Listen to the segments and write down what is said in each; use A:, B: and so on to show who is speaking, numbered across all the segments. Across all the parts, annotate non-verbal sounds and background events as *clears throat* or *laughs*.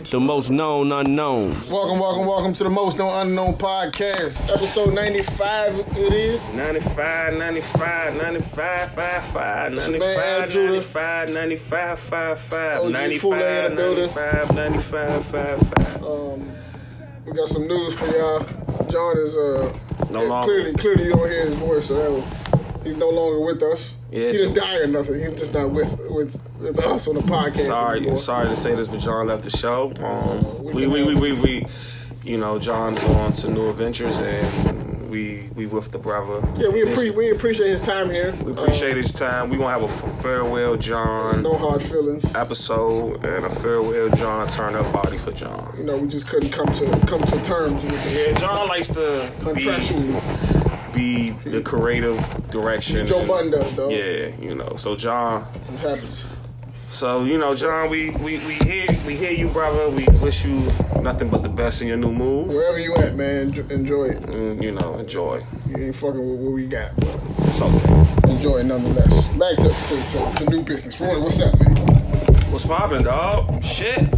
A: The most known unknowns.
B: Welcome, welcome, welcome to the Most Known Unknown Podcast, episode 95. It is.
A: 95, 95, 95, 55,
B: It's your man, Ab Judah.
A: 95, 95, 55,
B: OG Foolay in the building.
A: 95, 95, 55.
B: Um, we got some news for y'all. John is uh,
A: No
B: eh,
A: longer.
B: clearly, clearly you don't hear his voice, so that was, he's no longer with us.
A: Yeah,
B: he didn't
A: John.
B: die or nothing. He's just not with with, with us on the podcast.
A: Sorry,
B: anymore.
A: sorry to say this, but John left the show. Um,
B: we
A: we,
B: can
A: we, we,
B: help.
A: we, we, you know, John's on to new adventures, and we, we with the brother.
B: Yeah, we,
A: And
B: appre- we appreciate his time here.
A: we appreciate his time. We gonna have a f- farewell, John.
B: Uh, No hard feelings.
A: episode and a farewell John turn up body for John.
B: You know, we just couldn't come to come to terms with it.
A: Yeah, John likes to be,
B: contractually.
A: be the creative direction.
B: Joe Budden does, though.
A: Yeah, you know. So John,
B: It happens.
A: so you know, John, we we we hear we hear you, brother. We wish you nothing but the best in your new move.
B: Wherever you at, man, enj- enjoy it.
A: And, you know, enjoy.
B: You ain't fucking with what we got, but
A: It's okay.
B: enjoy it nonetheless. Back to, to, to, to new business. Roy, what's up, man?
A: What's poppin', dog? Shit,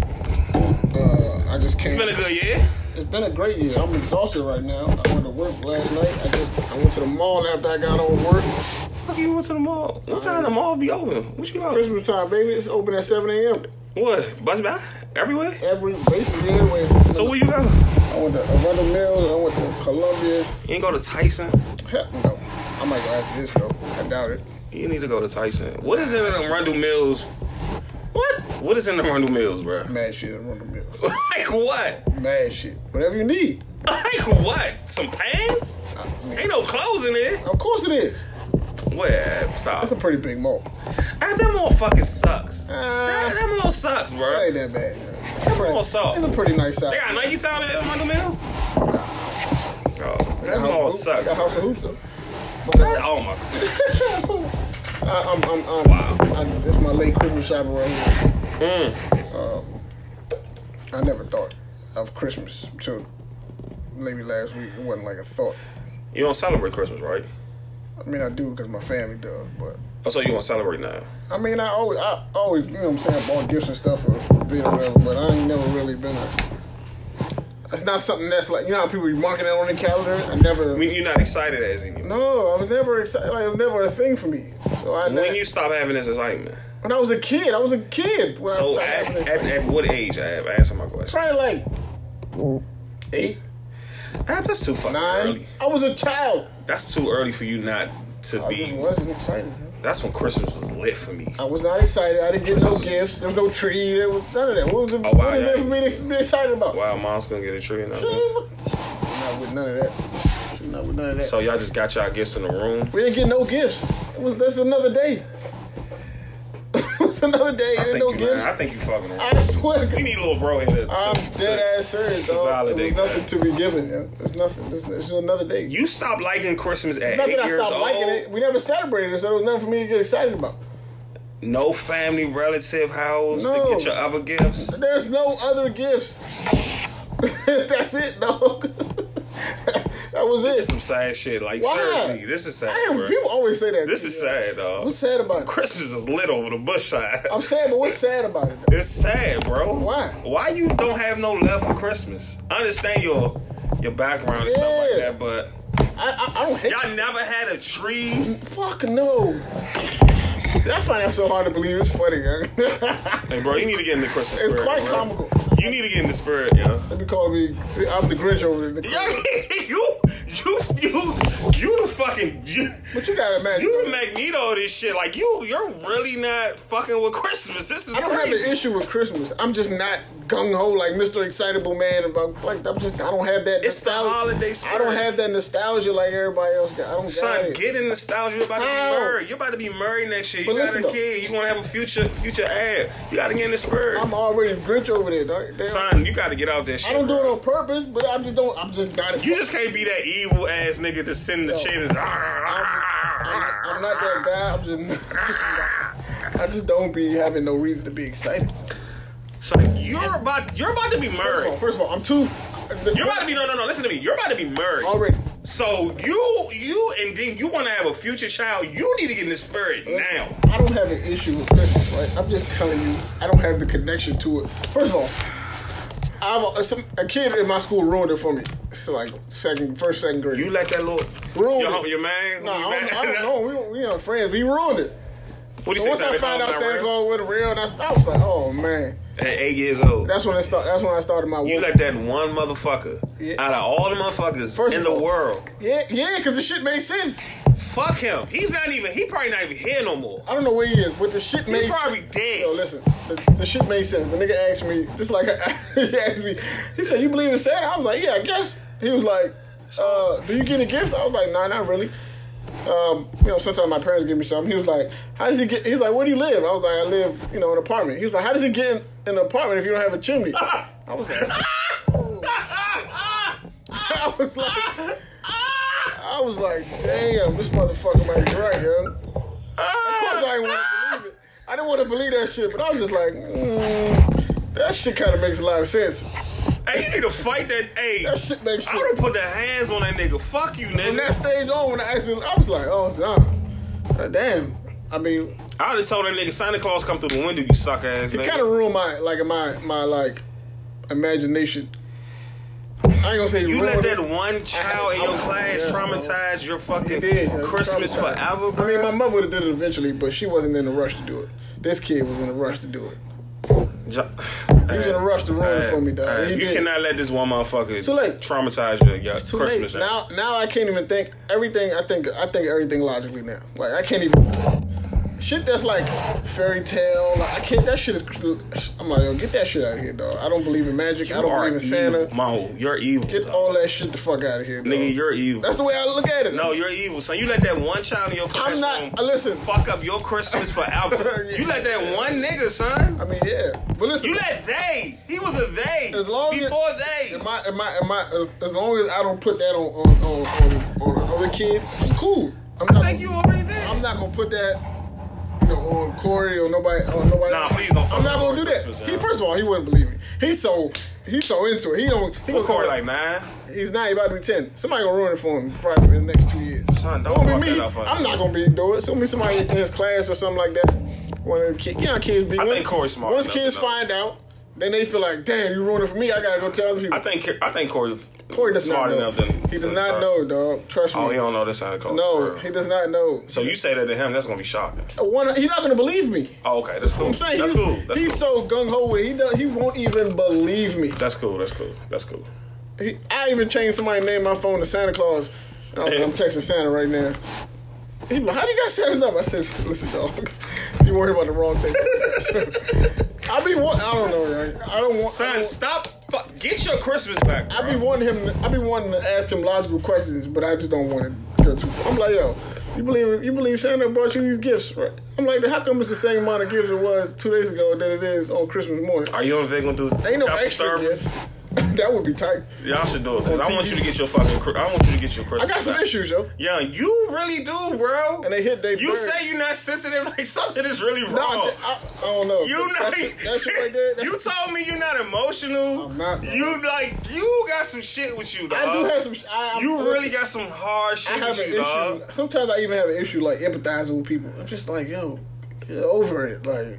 B: Uh, I just
A: it's
B: came.
A: been a good year.
B: it's been a great year. I'm exhausted right now. I went to work last night. I, just, I went to the mall after I got off work.
A: Fuck you went to the mall. What time the mall be open? What you out?
B: Christmas time, baby. It's open at 7 a.m.
A: What? Bus back? Everywhere?
B: Every, basically, anyway.
A: So where you go?
B: I went to Arundel Mills. I went to Columbia.
A: You ain't go to Tyson?
B: Heck no. I might go after this, though. I doubt it.
A: You need to go to Tyson. What is in Arundel Mills? What? What is in Arundel Mills, bro?
B: Mad shit, Arundel Mills.
A: *laughs* Like what?
B: Mad shit. Whatever you need.
A: Like what? Some pants?
B: I
A: Ain't
B: mean,
A: no clothes in there.
B: of course it is.
A: What? Stop.
B: That's a pretty big mall.
A: Ah, that mall fucking sucks. Ah,
B: Uh,
A: That, that mall sucks,
B: That
A: bro.
B: ain't that bad. It's pretty,
A: What's up?
B: It's a pretty nice size.
A: They got Nike Town in Arundel Mills? Oh, that
B: House of
A: mall
B: Hoops-
A: sucks.
B: Got House of Hoops though.
A: Oh my.
B: I, I'm, I'm, I'm,
A: Wow.
B: I, this my late Christmas shopping right here. Um,
A: Mm.
B: Hmm. I never thought of Christmas until maybe last week. It wasn't like a thought.
A: You don't celebrate Christmas, right?
B: I mean, I do because my family does, but
A: Oh, so you don't celebrate now?
B: I mean, I always, I always, you know what I'm saying, bought gifts and stuff for a bit or whatever, but I ain't never really been a. It's not something that's like you know how people be marking it on the calendar. I never.
A: I mean, you're not excited as anymore.
B: no, I was never excited. Like, it was never a thing for me. So I
A: When you stop having this excitement?
B: When I was a kid, I was a kid. When
A: So
B: I started
A: at,
B: having
A: at,
B: this.
A: at what age? I have answer my question.
B: probably like eight,
A: Ah, that's too fucking
B: nine.
A: early.
B: I was a child.
A: That's too early for you not to
B: I just
A: be.
B: wasn't excited. man.
A: That's when Christmas was lit for me.
B: I was not excited. I didn't get no gifts. There was no tree. There was none of that. What was, it,
A: Oh, wow,
B: what was there
A: yeah.
B: for me to be excited about?
A: Wow, mom's gonna get a tree and everything.
B: Not with none of that. Not with none of that.
A: So y'all just got y'all gifts in the room.
B: we didn't get no gifts. It was that's another day. *laughs* it was another day.
A: I
B: Ain't
A: think,
B: no
A: you,
B: gifts.
A: lying. I think you fucking wrong.
B: I swear. to
A: We need a little bro in here. to- *laughs*
B: I'm
A: to-
B: dead ass serious,
A: to
B: dog. There's
A: validate
B: nothing
A: that.
B: to be given. yo. There's nothing. It's it's just another day.
A: You stopped liking Christmas at
B: Not
A: eight
B: that I
A: years
B: stopped
A: old.
B: liking it. We never celebrated it, so there was nothing for me to get excited about.
A: No family relative house
B: No.
A: to get your other gifts.
B: There's no other gifts. *laughs* That's it, dog. *laughs* that was
A: This is
B: it.
A: some sad shit. Like
B: Why?
A: seriously, this is sad,
B: I hear
A: bro.
B: people always say that.
A: This
B: to
A: is
B: me, yo.
A: sad, dog.
B: What's sad about it?
A: Christmas is lit over the bush side. *laughs*
B: I'm sad, but what's sad about it? Though?
A: It's sad, bro.
B: Why?
A: Why you don't have no love for Christmas? I understand your your background and stuff like
B: Yeah.
A: that, but
B: I, I I don't hate.
A: y'all never had a tree.
B: Fuck no. I find that so hard to believe. It's funny. yo. *laughs*
A: Hey, bro, you need to get in the Christmas
B: it's
A: spirit.
B: quite
A: bro.
B: comical.
A: You need to get in the spirit, yo.
B: They be calling me. I'm the Grinch over there.
A: Yo, *laughs* you, you, you, you the fucking you.
B: But you gotta imagine.
A: You the
B: though.
A: Magneto of this shit. Like you, you're really not fucking with Christmas. This is
B: I don't have an
A: crazy.
B: issue with Christmas. I'm just not gung ho like Mr. Excitable Man about like I'm just I don't have that.
A: It's the
B: nostal-
A: holiday
B: I don't
A: spirit.
B: have that nostalgia like everybody else got. I don't got
A: Son,
B: it.
A: get in nostalgia. You're about to be
B: How?
A: married. You're about to be married next year. You
B: But
A: got
B: listen
A: a
B: though.
A: kid. You gonna have a future, future ad. You gotta get in the spirit.
B: I'm already Grinch over there, dog. Damn.
A: Son, you gotta get out that shit.
B: I don't do
A: bro.
B: it on purpose, but I just don't. I'm just not.
A: You just can't be that evil ass nigga to send the chin is.
B: *laughs* I'm, I'm not that guy. I'm just. *laughs* I'm just not- I just don't be having no reason to be excited.
A: So you're about you're about to be
B: First of all,
A: married.
B: first of all I'm too.
A: You're about to be no no no. Listen to me. You're about to be married.
B: already.
A: So you you and then you want to have a future child. You need to get in the spirit now.
B: I don't have an issue with Christmas, right? I'm just telling you, I don't have the connection to it. First of all, I, I, some, a kid in my school ruined it for me. It's like second, first, second grade.
A: You let that little
B: Ruined
A: your,
B: it.
A: your man.
B: Nah,
A: your
B: I
A: man-
B: don't,
A: *laughs*
B: I don't know. We don't, we aren't friends. We ruined it.
A: What do
B: So
A: you
B: once
A: say?
B: I
A: Santa
B: found out
A: Claus not
B: Santa
A: real?
B: Claus wasn't real, and I, st- I was like, oh man.
A: At eight years old,
B: That's when it start. That's when I started my.
A: you
B: woke-
A: let that one motherfucker
B: Yeah.
A: out of all the motherfuckers
B: First
A: in
B: of
A: the
B: all-
A: world.
B: yeah, yeah, because the shit made sense.
A: Fuck him. He's not even. He probably not even here no more.
B: I don't know where he is, but the shit made
A: He's probably
B: sense.
A: dead.
B: Yo, listen, the, the shit made sense. The nigga asked me, just like *laughs* he asked me, he said, "You believe in Santa?" I was like, "Yeah, I guess." He was like, uh, "Do you get any gifts?" I was like, "Nah, not really." Um, you know, sometimes my parents give me something. He was like, "How does he get?" He's like, "Where do you live?" I was like, "I live, you know, in an apartment." He was like, "How does he get in an apartment if you don't have a
A: *laughs*
B: chimney?" I was like, *laughs* I was like, I was like, damn, this motherfucker might be right, yo. Of course, I didn't want to believe it. I didn't want to believe that shit, but I was just like, mm, that shit kind of makes a lot of sense.
A: Hey, you need to fight that. Hey,
B: That shit makes
A: I would
B: sense.
A: have put the hands on that nigga. Fuck you,
B: From that
A: nigga.
B: stage on, when I asked him, I was like, oh, nah. Uh, damn. I mean,
A: I would have told that nigga Santa Claus come through the window. You suck ass
B: it
A: nigga.
B: kind of ruined my, like, my, my, like, imagination. I ain't gonna say
A: you
B: ruined
A: let
B: it.
A: that one child in
B: I-
A: your
B: I-
A: class
B: yeah,
A: traumatize your fucking
B: It did. It was
A: Christmas
B: traumatizing.
A: forever,
B: I mean,
A: bro.
B: my mother would have did it eventually, but she wasn't in a rush to do it. This kid was in a rush to do it.
A: Jo-
B: He was in a rush to ruin it for me, dog.
A: All right,
B: He
A: you
B: did.
A: cannot let this one motherfucker
B: Too late.
A: traumatize your, your
B: Too
A: Christmas.
B: late.
A: man.
B: Now, now I can't even think everything. I think I think everything logically now. Like I can't even shit that's like fairy tale. Like, I can't. That shit is. I'm like, yo, get that shit out of here, dog. I don't believe in magic. I
A: You
B: don't
A: are
B: believe in Santa.
A: evil, Mo, you're evil.
B: Get
A: dog.
B: all that shit the fuck out of here, dog.
A: Nigga, you're evil.
B: That's the way I look at it.
A: no, you're evil, son. You let that one child in your classroom
B: I'm not. uh, listen.
A: fuck up your Christmas forever.
B: *laughs* Yeah.
A: You let that one nigga, son.
B: I mean, yeah, but listen.
A: You let they. He was a they.
B: As long as-
A: Before they.
B: Am I, am I, am I, as, as long as I don't put that on on, on, on, on the other kids, I'm cool. I'm not.
A: I think you
B: gonna,
A: already did.
B: I'm not gonna put that. You know, on Corey or nobody, or nobody.
A: Nah,
B: else.
A: please don't fuck
B: I'm not
A: with
B: gonna
A: Corey
B: do that.
A: Christmas,
B: he,
A: y'all.
B: first of all, he wouldn't believe me. He's so, he's so into it. He don't. He
A: What
B: gonna
A: Corey
B: come
A: like
B: out-
A: nine?
B: He's not about to be ten. Somebody gonna ruin it for him probably in the next two years.
A: Son, don't
B: It won't
A: fuck
B: be
A: that
B: me.
A: up for
B: I'm
A: him.
B: not gonna be do it. It's gonna be somebody in his class or something like that. One of the kids, you know, how kids be.
A: I
B: once-
A: think Corey's smart
B: Once
A: enough
B: kids
A: to know.
B: find out, then they feel like, damn, you ruined it for me. I gotta go tell other people.
A: I think I think Corey
B: Corey does
A: smart
B: not know.
A: enough than
B: he does not know, dog. Trust me.
A: Oh, he don't know this Santa Claus.
B: no,
A: Bro.
B: he does not know.
A: so you say that to him, that's gonna be shocking.
B: One, he's not gonna believe me.
A: Oh, okay, that's cool.
B: I'm saying
A: that's
B: he's,
A: cool. That's
B: he's
A: cool.
B: so gung ho with he does, he won't even believe me.
A: that's cool. That's cool. That's cool.
B: He, I even changed somebody's name on my phone to Santa Claus. And I'm, I'm texting Santa right now. He be like, how do you got Santa's number? I said, listen, dog, *laughs* you worried about the wrong thing. *laughs* I be want, I don't know, right? I don't want. I
A: Son,
B: don't-
A: stop. Fuck, get your Christmas back. Bro.
B: I be wanting him. I be wanting to ask him logical questions, but I just don't want to go too far. I'm like, yo, you believe you believe Santa brought you these gifts, right? I'm like, how come it's the same amount of gifts it was two days ago that it is on Christmas morning?
A: Are you and Vic gonna do?
B: Ain't no
A: couple
B: extra
A: Starburst?
B: gift. *laughs* that would be tight.
A: Y'all should do it because
B: On
A: I want
B: TV.
A: you to get your fucking. Chri- I want you to get your
B: I
A: Christmas.
B: got some
A: back.
B: issues, yo.
A: Yeah, you really do, bro.
B: And they hit they
A: You
B: bird.
A: say you're not sensitive, *laughs* like something is really wrong.
B: No, I, I, I don't know.
A: You not.
B: that, shit, that shit right there. That's,
A: you told me you're not emotional.
B: I'm not, bro.
A: You like you got some shit with you, dog.
B: I do have some. sh- I, I'm-
A: You really got some hard shit
B: I have
A: with
B: an
A: you, dog.
B: issue. Sometimes I even have an issue like empathizing with people. I'm just like, yo, get over it. Like,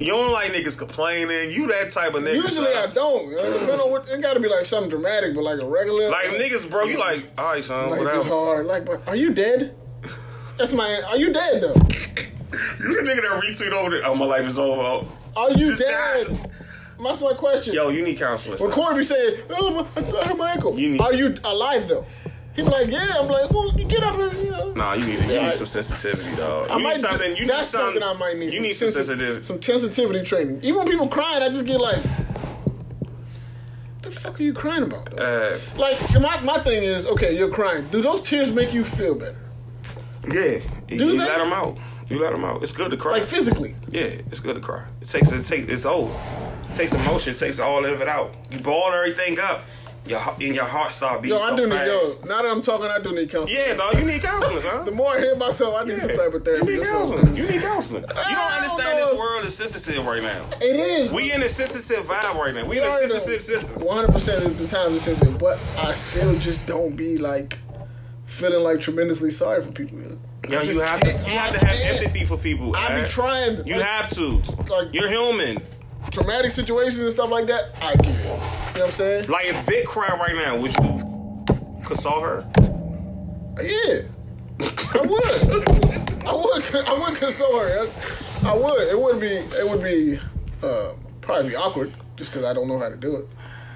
A: You don't like niggas complaining. You that type of nigga.
B: usually I
A: son.
B: don't. You know, depending on what- it got to be like something dramatic, but like a regular.
A: Like niggas, bro. You like, all right, son,
B: Life is
A: whatever.
B: hard. Like, but are you dead? That's my. Are you dead though?
A: You the nigga that retweet over there. Oh, my life is over.
B: Are you
A: Just
B: dead?
A: die.
B: That's my question.
A: Yo, you need counseling.
B: When
A: son.
B: Corey be saying, "Oh, my, I hurt my ankle,"
A: You need-
B: are you alive though? He be like, "Yeah." I'm like, "Well, you get up and you know."
A: Nah, you need you
B: I-
A: need some sensitivity, dog.
B: I
A: You need
B: might-
A: something. You
B: that's
A: need something,
B: something, I might need.
A: You need some
B: sensi-
A: sensitivity.
B: Some sensitivity training. Even when people crying, I just get like, "The fuck are you crying about?" though?"
A: Uh,
B: Like my, my thing is, okay, you're crying. Do those tears make you feel better?
A: yeah, you,
B: they?
A: you let them out. You let them out. It's good to cry.
B: Like physically?
A: yeah, it's good to cry. It takes it takes it's old. It takes emotion. It takes all of it out. You ball everything up. Your heart- and your heart start beating
B: Yo,
A: so
B: I do need.
A: fast.
B: Yo, now that I'm talking, I do need counseling.
A: Yeah, dog. You need counseling, huh?
B: *laughs* The more I hear myself, I need some type of therapy.
A: You need
B: That's all.
A: counseling. You need counseling. You
B: I
A: don't
B: don't
A: understand
B: know.
A: this world is sensitive right now.
B: It is.
A: We in a sensitive vibe right now. We in a
B: already
A: sensitive system.
B: One hundred percent of the time it's sensitive, but I still just don't be like feeling like tremendously sorry for people.
A: Yo,
B: I
A: you
B: just
A: have to,
B: can't.
A: you have
B: I
A: to have
B: can't.
A: empathy for people.
B: I be
A: alright?
B: trying.
A: You
B: like,
A: have to.
B: like-
A: You're human.
B: traumatic situations and stuff like that, I get it. You know what I'm saying?
A: Like if Vic cried right now, would you console her?
B: Yeah, I would. I would. I would console her. I, I would. It would be. It would be uh, probably awkward just because I don't know how to do it.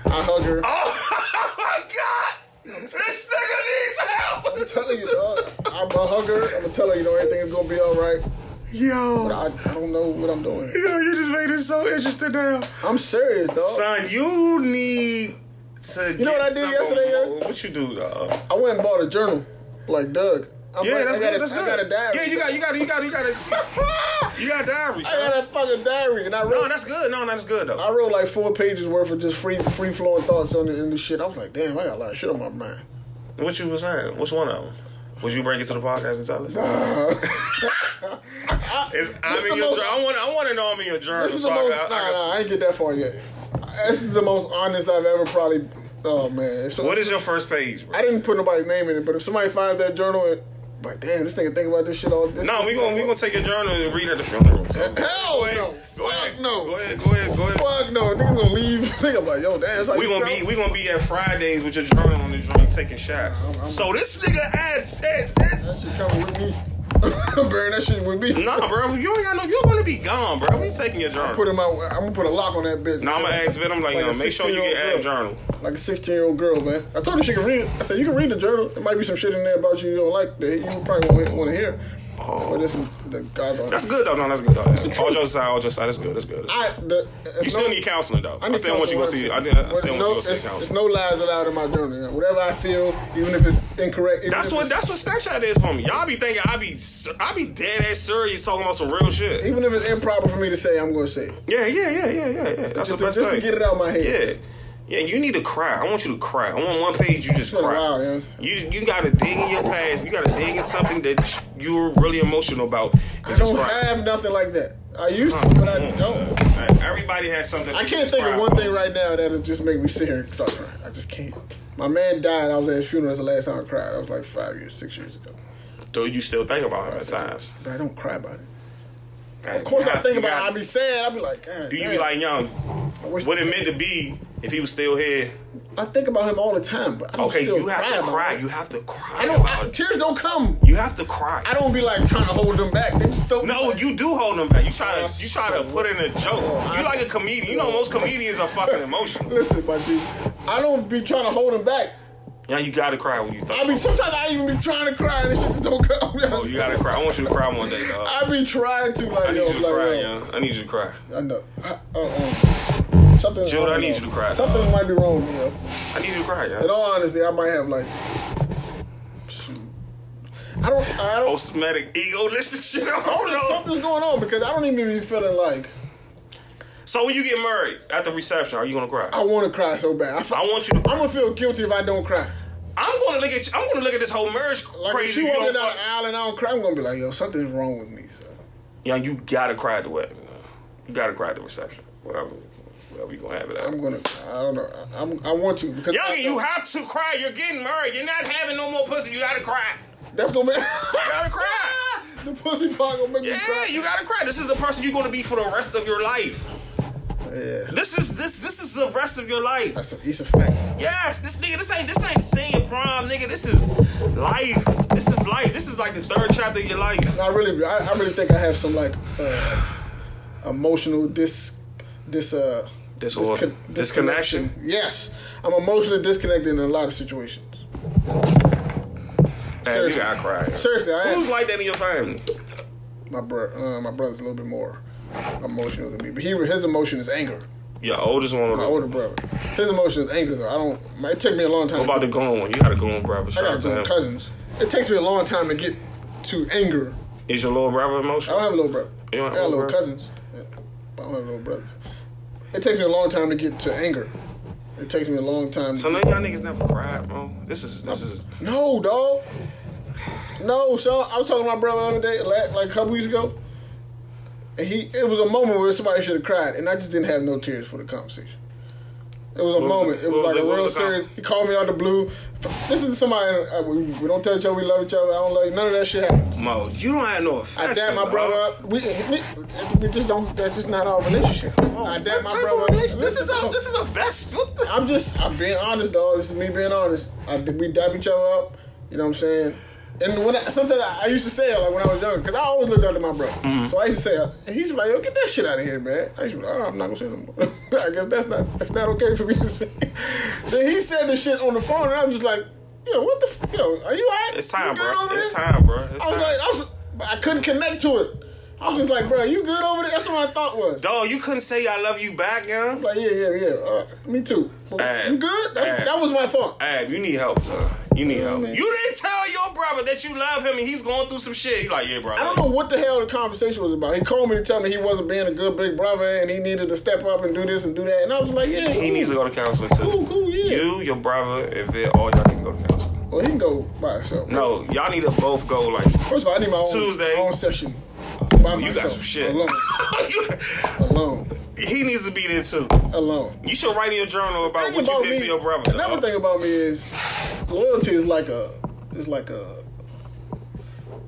B: I hug her.
A: Oh *laughs* my god! This nigga needs
B: I'm telling you, dog. I'm a hugger. I'm gonna tell her, you know, everything's gonna be all right. But
A: Yo,
B: I, I don't know what I'm doing.
A: yo, you just made it so interesting now.
B: I'm serious, dog.
A: Son, you need to. You
B: know what I did yesterday, yo?
A: What you do, dog?
B: I went and bought a journal, like Doug. I'm
A: Yeah,
B: like,
A: that's
B: I gotta,
A: good. That's good.
B: I got a diary.
A: Yeah, you got, you got, you got, you got, a, *laughs* you got a diary.
B: I
A: son.
B: got a fucking diary, and I
A: No,
B: wrote.
A: that's good. No, no, that's good though.
B: I wrote like four pages worth of just free, free flowing thoughts on the, in the shit. I was like, damn, I got a lot of shit on my mind.
A: What you was saying? What's one of them? Would you bring it to the podcast and tell *laughs* us? It's, I'm
B: This
A: in
B: the
A: your
B: most-
A: jour- I want. I want to know I'm in your journal.
B: This is the
A: So I,
B: most.
A: got- I
B: nah,
A: got-
B: nah, I ain't get that far yet. This is the most honest I've ever probably. Oh man. If So,
A: What is your first page, bro?
B: I didn't put nobody's name in it, but if somebody finds that journal, and, like, damn, this nigga think about this shit all. This
A: No, we gonna we gonna take your journal and read at the funeral. So.
B: Hell no.
A: Go ahead.
B: Fuck no.
A: Go ahead. Go ahead. Go ahead.
B: Fuck no, niggas gonna leave. *laughs* Nigga, I'm like, yo, damn, it's like
A: We gonna be we gonna be at Fridays with your journal on the joint taking shots. So this nigga had said
B: That
A: this.
B: shit coming with me. *laughs* Burn that shit with me.
A: Nah, bro, you ain't got no. You gonna be gone, bro. We taking your
B: Put
A: journal.
B: him out. I'm gonna put a lock on that bitch.
A: Nah, I'm gonna ask Vin. I'm like,
B: Like
A: no,
B: a
A: make sure you get
B: 16-year-old
A: Ab journal.
B: Like a 16 year old girl, man. I told her she could read it. I said, you can read the journal. There might be some shit in there about you you don't like that you probably won't want to hear. Oh. But this the guys on.
A: That's good though. No, that's good though.
B: truth.
A: All jokes aside, all jokes aside, that's good. That's good. That's good.
B: I, the,
A: You still need counseling though. I,
B: need
A: still want you to go see. I, did- I
B: There's
A: still
B: no,
A: want you to go
B: it's,
A: see
B: it's
A: counseling.
B: no lies allowed in my journal. Whatever I feel, even if it's incorrect. even
A: That's
B: if
A: what
B: it's-
A: that's what Snapchat is for me. Y'all be thinking I be ser- I be dead ass serious talking about some real shit.
B: Even if it's improper for me to say, I'm gonna say. it.
A: Yeah, yeah, yeah, yeah, yeah, yeah. That's
B: Just,
A: the
B: to,
A: best
B: just to
A: thing.
B: get it out of my head.
A: Yeah. Yeah, you need to cry. I want you to cry. I want one page you just
B: been a
A: cry.
B: while, yeah.
A: You you gotta dig in your past. You gotta dig in something that you're really emotional about. And
B: I
A: just
B: don't
A: cry.
B: have nothing like that. I used to, but I don't.
A: Like, Everybody has something.
B: I
A: they
B: can't
A: just
B: think
A: cry
B: of one
A: about.
B: thing right now that'll just make me sit here and start crying. I just can't. My man died. I was at his funeral. That's the last time I cried. I was like five years, six years ago.
A: Though you still think about him at times.
B: But I don't cry about it. Of course,
A: You
B: I
A: got-
B: think
A: you
B: about
A: got-
B: it. I be sad. I be like, God,
A: Do you be
B: damn.
A: like, yo,
B: I wish-
A: what it meant to be if he was still here?
B: I think about him all the time, but I don't
A: Okay,
B: still
A: you have
B: cry
A: to
B: about
A: cry.
B: it.
A: You have to cry.
B: I don't.
A: about
B: I,
A: it.
B: tears don't come.
A: You have to cry.
B: I don't be like trying to hold them back. They just don't.
A: No,
B: like,
A: you do hold them back. You try to
B: Oh,
A: you try to put in a joke. You like a comedian. You know most comedians are fucking emotional.
B: Listen, my G. I don't be trying to hold them back.
A: Yeah, you gotta cry when you think.
B: I mean, sometimes I even be trying to cry and this shit just don't come.
A: Oh, you gotta cry. I want you to cry one day, dog.
B: I be trying to like,
A: I need
B: yo,
A: you
B: like,
A: to cry,
B: yo.
A: yo. I need you to cry.
B: I know. I, uh, uh, something.
A: Jude,
B: don't
A: I need
B: know.
A: you to cry,
B: Something
A: dog.
B: might be wrong. You know.
A: I need you to cry,
B: In
A: yo.
B: all honesty, I might have like. I don't. I don't.
A: Osmatic ego. This the shit *laughs* I'm on.
B: something's going on because I don't even be feeling like
A: So when you get married at the reception, are you gonna cry?
B: I want to cry so bad. I,
A: I
B: am
A: want you to. Cry.
B: gonna feel guilty if I don't cry.
A: I'm gonna look at. I'm gonna look at this whole marriage
B: Like if
A: crazy.
B: she
A: You
B: walking
A: don't
B: down the
A: fuck-
B: aisle and I don't cry, I'm gonna be like, yo, something's wrong with me. So.
A: Yo, you gotta cry at the wedding. yo. You gotta cry at the reception. Whatever. Whatever you gonna have it at.
B: I'm gonna. I don't know. I, I'm. I want to because I
A: Yogi, you
B: don't-
A: have to cry. You're getting married. You're not having no more pussy. You gotta cry.
B: That's gonna be *laughs*
A: You gotta cry.
B: the pussy part gonna make me
A: Yeah,
B: cry.
A: you gotta cry. This is the person you're gonna be for the rest of your life.
B: Yeah.
A: This is this this is the rest of your life.
B: That's a, it's a fact.
A: Yes, this nigga, this ain't this ain't senior prom, nigga. This is life. This is life. This is like the third chapter of your life.
B: I really, I, I really think I have some like uh, emotional dis, dis, uh,
A: Disorder. Disconnection?
B: Yes, I'm emotionally disconnected in a lot of situations.
A: Man, you gotta cry.
B: Seriously, I
A: Who's
B: am.
A: like that in your family?
B: My bro, uh, my brother's a little bit more emotional than me, but he his emotion is anger.
A: Your oldest one or
B: My
A: the,
B: older brother, his emotion is anger though. I don't. my- It took me a long time.
A: about the going one? You got a going brother.
B: I
A: Shout
B: got
A: out to
B: grown
A: him.
B: cousins. It takes me a long time to get to anger.
A: Is your little brother
B: I
A: emotional?
B: don't have a little brother.
A: You don't
B: I
A: have
B: got
A: a
B: little
A: little brother?
B: cousins. Yeah, but I don't have a little brother. It takes me a long time to get to anger. It takes me a long time.
A: So
B: To
A: none of y'all niggas never cried, bro. This is this is
B: no, dog. No, so I was talking to my brother the other day, like, like a couple weeks ago, and he. It was a moment where somebody should have cried, and I just didn't have no tears for the conversation. It was a
A: was
B: moment.
A: the-
B: it was
A: what was
B: like
A: it?
B: a
A: What
B: real
A: was the com-
B: serious. He called me out the blue. This is somebody. uh, We, we don't tell each other we love each other. I don't love you. None of that shit happens.
A: Mo, you don't have no affection.
B: I dab my
A: dog.
B: brother up. We, we we just don't. That's just not our relationship. I dab
A: Oh, What
B: my
A: type
B: brother.
A: of Oh.
B: up.
A: relation- This is
B: Listen,
A: a
B: dog.
A: this is a best. What the?
B: I'm just I'm being honest, dog. This is me being honest. I, we dap each other up. You know what I'm saying? And when I, sometimes I, I used to say like when I was younger, because I always looked up to my brother.
A: Mm-hmm.
B: So I used to say, uh, and he's like, "Yo, get that shit out of here, man." I used to be like, "Oh, "I'm not gonna say no more." *laughs* I guess that's not that's not okay for me to say. then he said this shit on the phone, and I'm just like, "Yo, what the? F- yo, are you alright?
A: It's time,
B: You good
A: bro.
B: over
A: It's
B: there?"
A: time, bro. It's
B: I was
A: time.
B: like, I was, but I couldn't connect to it. I was just like, "Bro, you good over there?" That's what I thought was.
A: Dog, you couldn't say I love you back, young.
B: Like, yeah, yeah, yeah. Uh, me too. But
A: Hey.
B: you good? That's,
A: Hey.
B: That was my thought.
A: Ab, you need help, son. You need help.
B: man.
A: You didn't tell your brother that you love him and he's going through some shit. He's like, yeah, bro.
B: I don't know what the hell the conversation was about. He called me to tell me he wasn't being a good big brother and he needed to step up and do this and do that. And I was like, yeah,
A: He
B: cool.
A: needs to go to counseling too.
B: Cool, cool, yeah.
A: You, your brother, and Vic, all y'all can go to counseling.
B: Well, he can go by himself.
A: No, y'all need to both go like.
B: First of all, I need my own,
A: Tuesday. Oh,
B: my own session. By
A: you got
B: myself.
A: some shit.
B: Alone.
A: You-
B: Alone.
A: *laughs* he needs to be there too.
B: Alone.
A: You should write in your journal about
B: Thing
A: what you
B: about
A: did
B: me-
A: to your brother.
B: Another
A: dog.
B: thing about me is loyalty is like a, it's like a,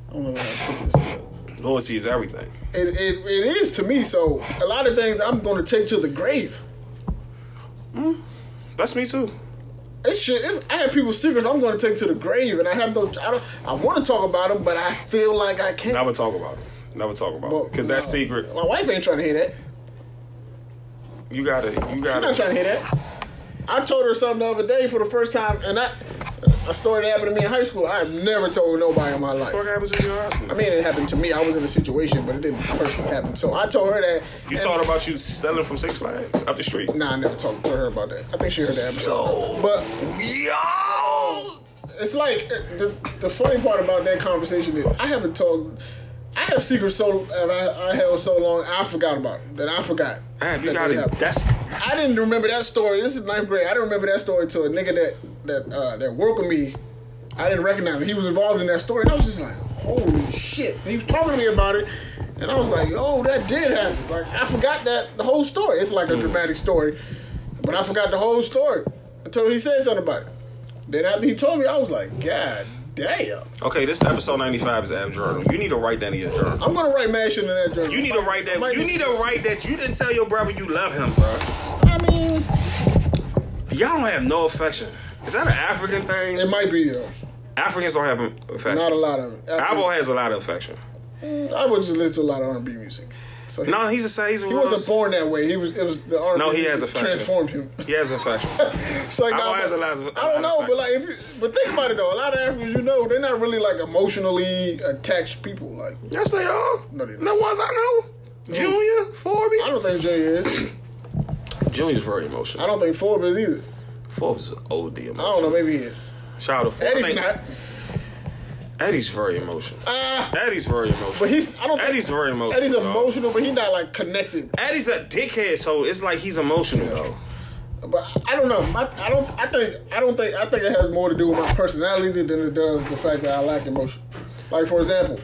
B: I don't know how to put this, but
A: Loyalty is everything.
B: it, it, it is to me. So a lot of things I'm going to take to the grave.
A: That's me too.
B: It's shit. It's, I have people's secrets I'm going to take to the grave, and I have no. I don't. I want to talk about them, but I feel like I can't.
A: Never talk about it. Never talk about it.
B: But-
A: Because that
B: no.
A: secret,
B: My wife ain't trying to hear that.
A: you gotta, you
B: I'm not
A: gotta.
B: trying to hear that. I told her something the other day for the first time, and I a story that happened to me in high school. I have never told nobody in my life.
A: What happens to your husband?
B: I mean, it happened to me. I was in a situation, but it didn't personally happen. So I told her that.
A: you
B: and-
A: talking about you stealing from Six Flags up the street?
B: Nah, I never talked to her about that. I think she heard the episode.
A: Yo.
B: But
A: Yo.
B: it's like uh, the, the funny part about that conversation is I haven't talked. I have secrets so I, I held so long I forgot about it. That I forgot.
A: Man, you
B: that they
A: gotta.
B: happened.
A: That's
B: I didn't remember that story. This is ninth grade. I didn't remember that story to a nigga that that uh, that worked with me. I didn't recognize him. He was involved in that story, and I was just like, "Holy shit!" And he was talking to me about it, and I was like, "Oh, that did happen." Like I forgot that the whole story. It's
A: Mm.
B: like a dramatic story, but I forgot the whole story until he said something about it. Then after he told me, I was like, "God damn!"
A: okay. This is episode ninety five is Ab Journal. You need to write that in your journal.
B: I'm gonna write mad shit in that journal.
A: You need to write
B: I might-
A: that. You need to write that. You didn't tell your brother you love him, bro.
B: I mean,
A: Y'all don't have no affection. Is that an African
B: it
A: thing?
B: might be though.
A: Africans don't have
B: Not a
A: affection.
B: lot of it.
A: Abo has a lot of affection.
B: I would just listen to a lot of R&B music. So he,
A: No, he's a sa- he's a
B: he wasn't born that way. He was it was the R&B
A: No, he has
B: music
A: affection. *laughs*
B: transformed him.
A: He has affection.
B: So like,
A: I've
B: I,
A: always realized-
B: I don't know, but like if you but think about it though, a lot of Africans you know they're not really like emotionally attached people. Like
A: yes, they are.
B: No, they not.
A: The "Oh, ones I know, Junior,
B: I
A: Forbes.
B: don't think Junior is.
A: Junior's very
B: I
A: emotional.
B: don't think Forbes is either.
A: Forbes is OD emotional.
B: I don't know, maybe he is.
A: Shout out to Forbes. I
B: Eddie's
A: think
B: not.
A: Eddie's very emotional.
B: Ah,
A: Eddie's very emotional.
B: but he's I don't think
A: Eddie's very emotional.
B: Eddie's
A: dog.
B: emotional, but he's not like connected.
A: Eddie's a dickhead, so it's like he's emotional though.
B: But I I don't know. My, I don't. I think. I don't think. I think it has more to do with my personality than it does the fact that I lack emotion. Like for example,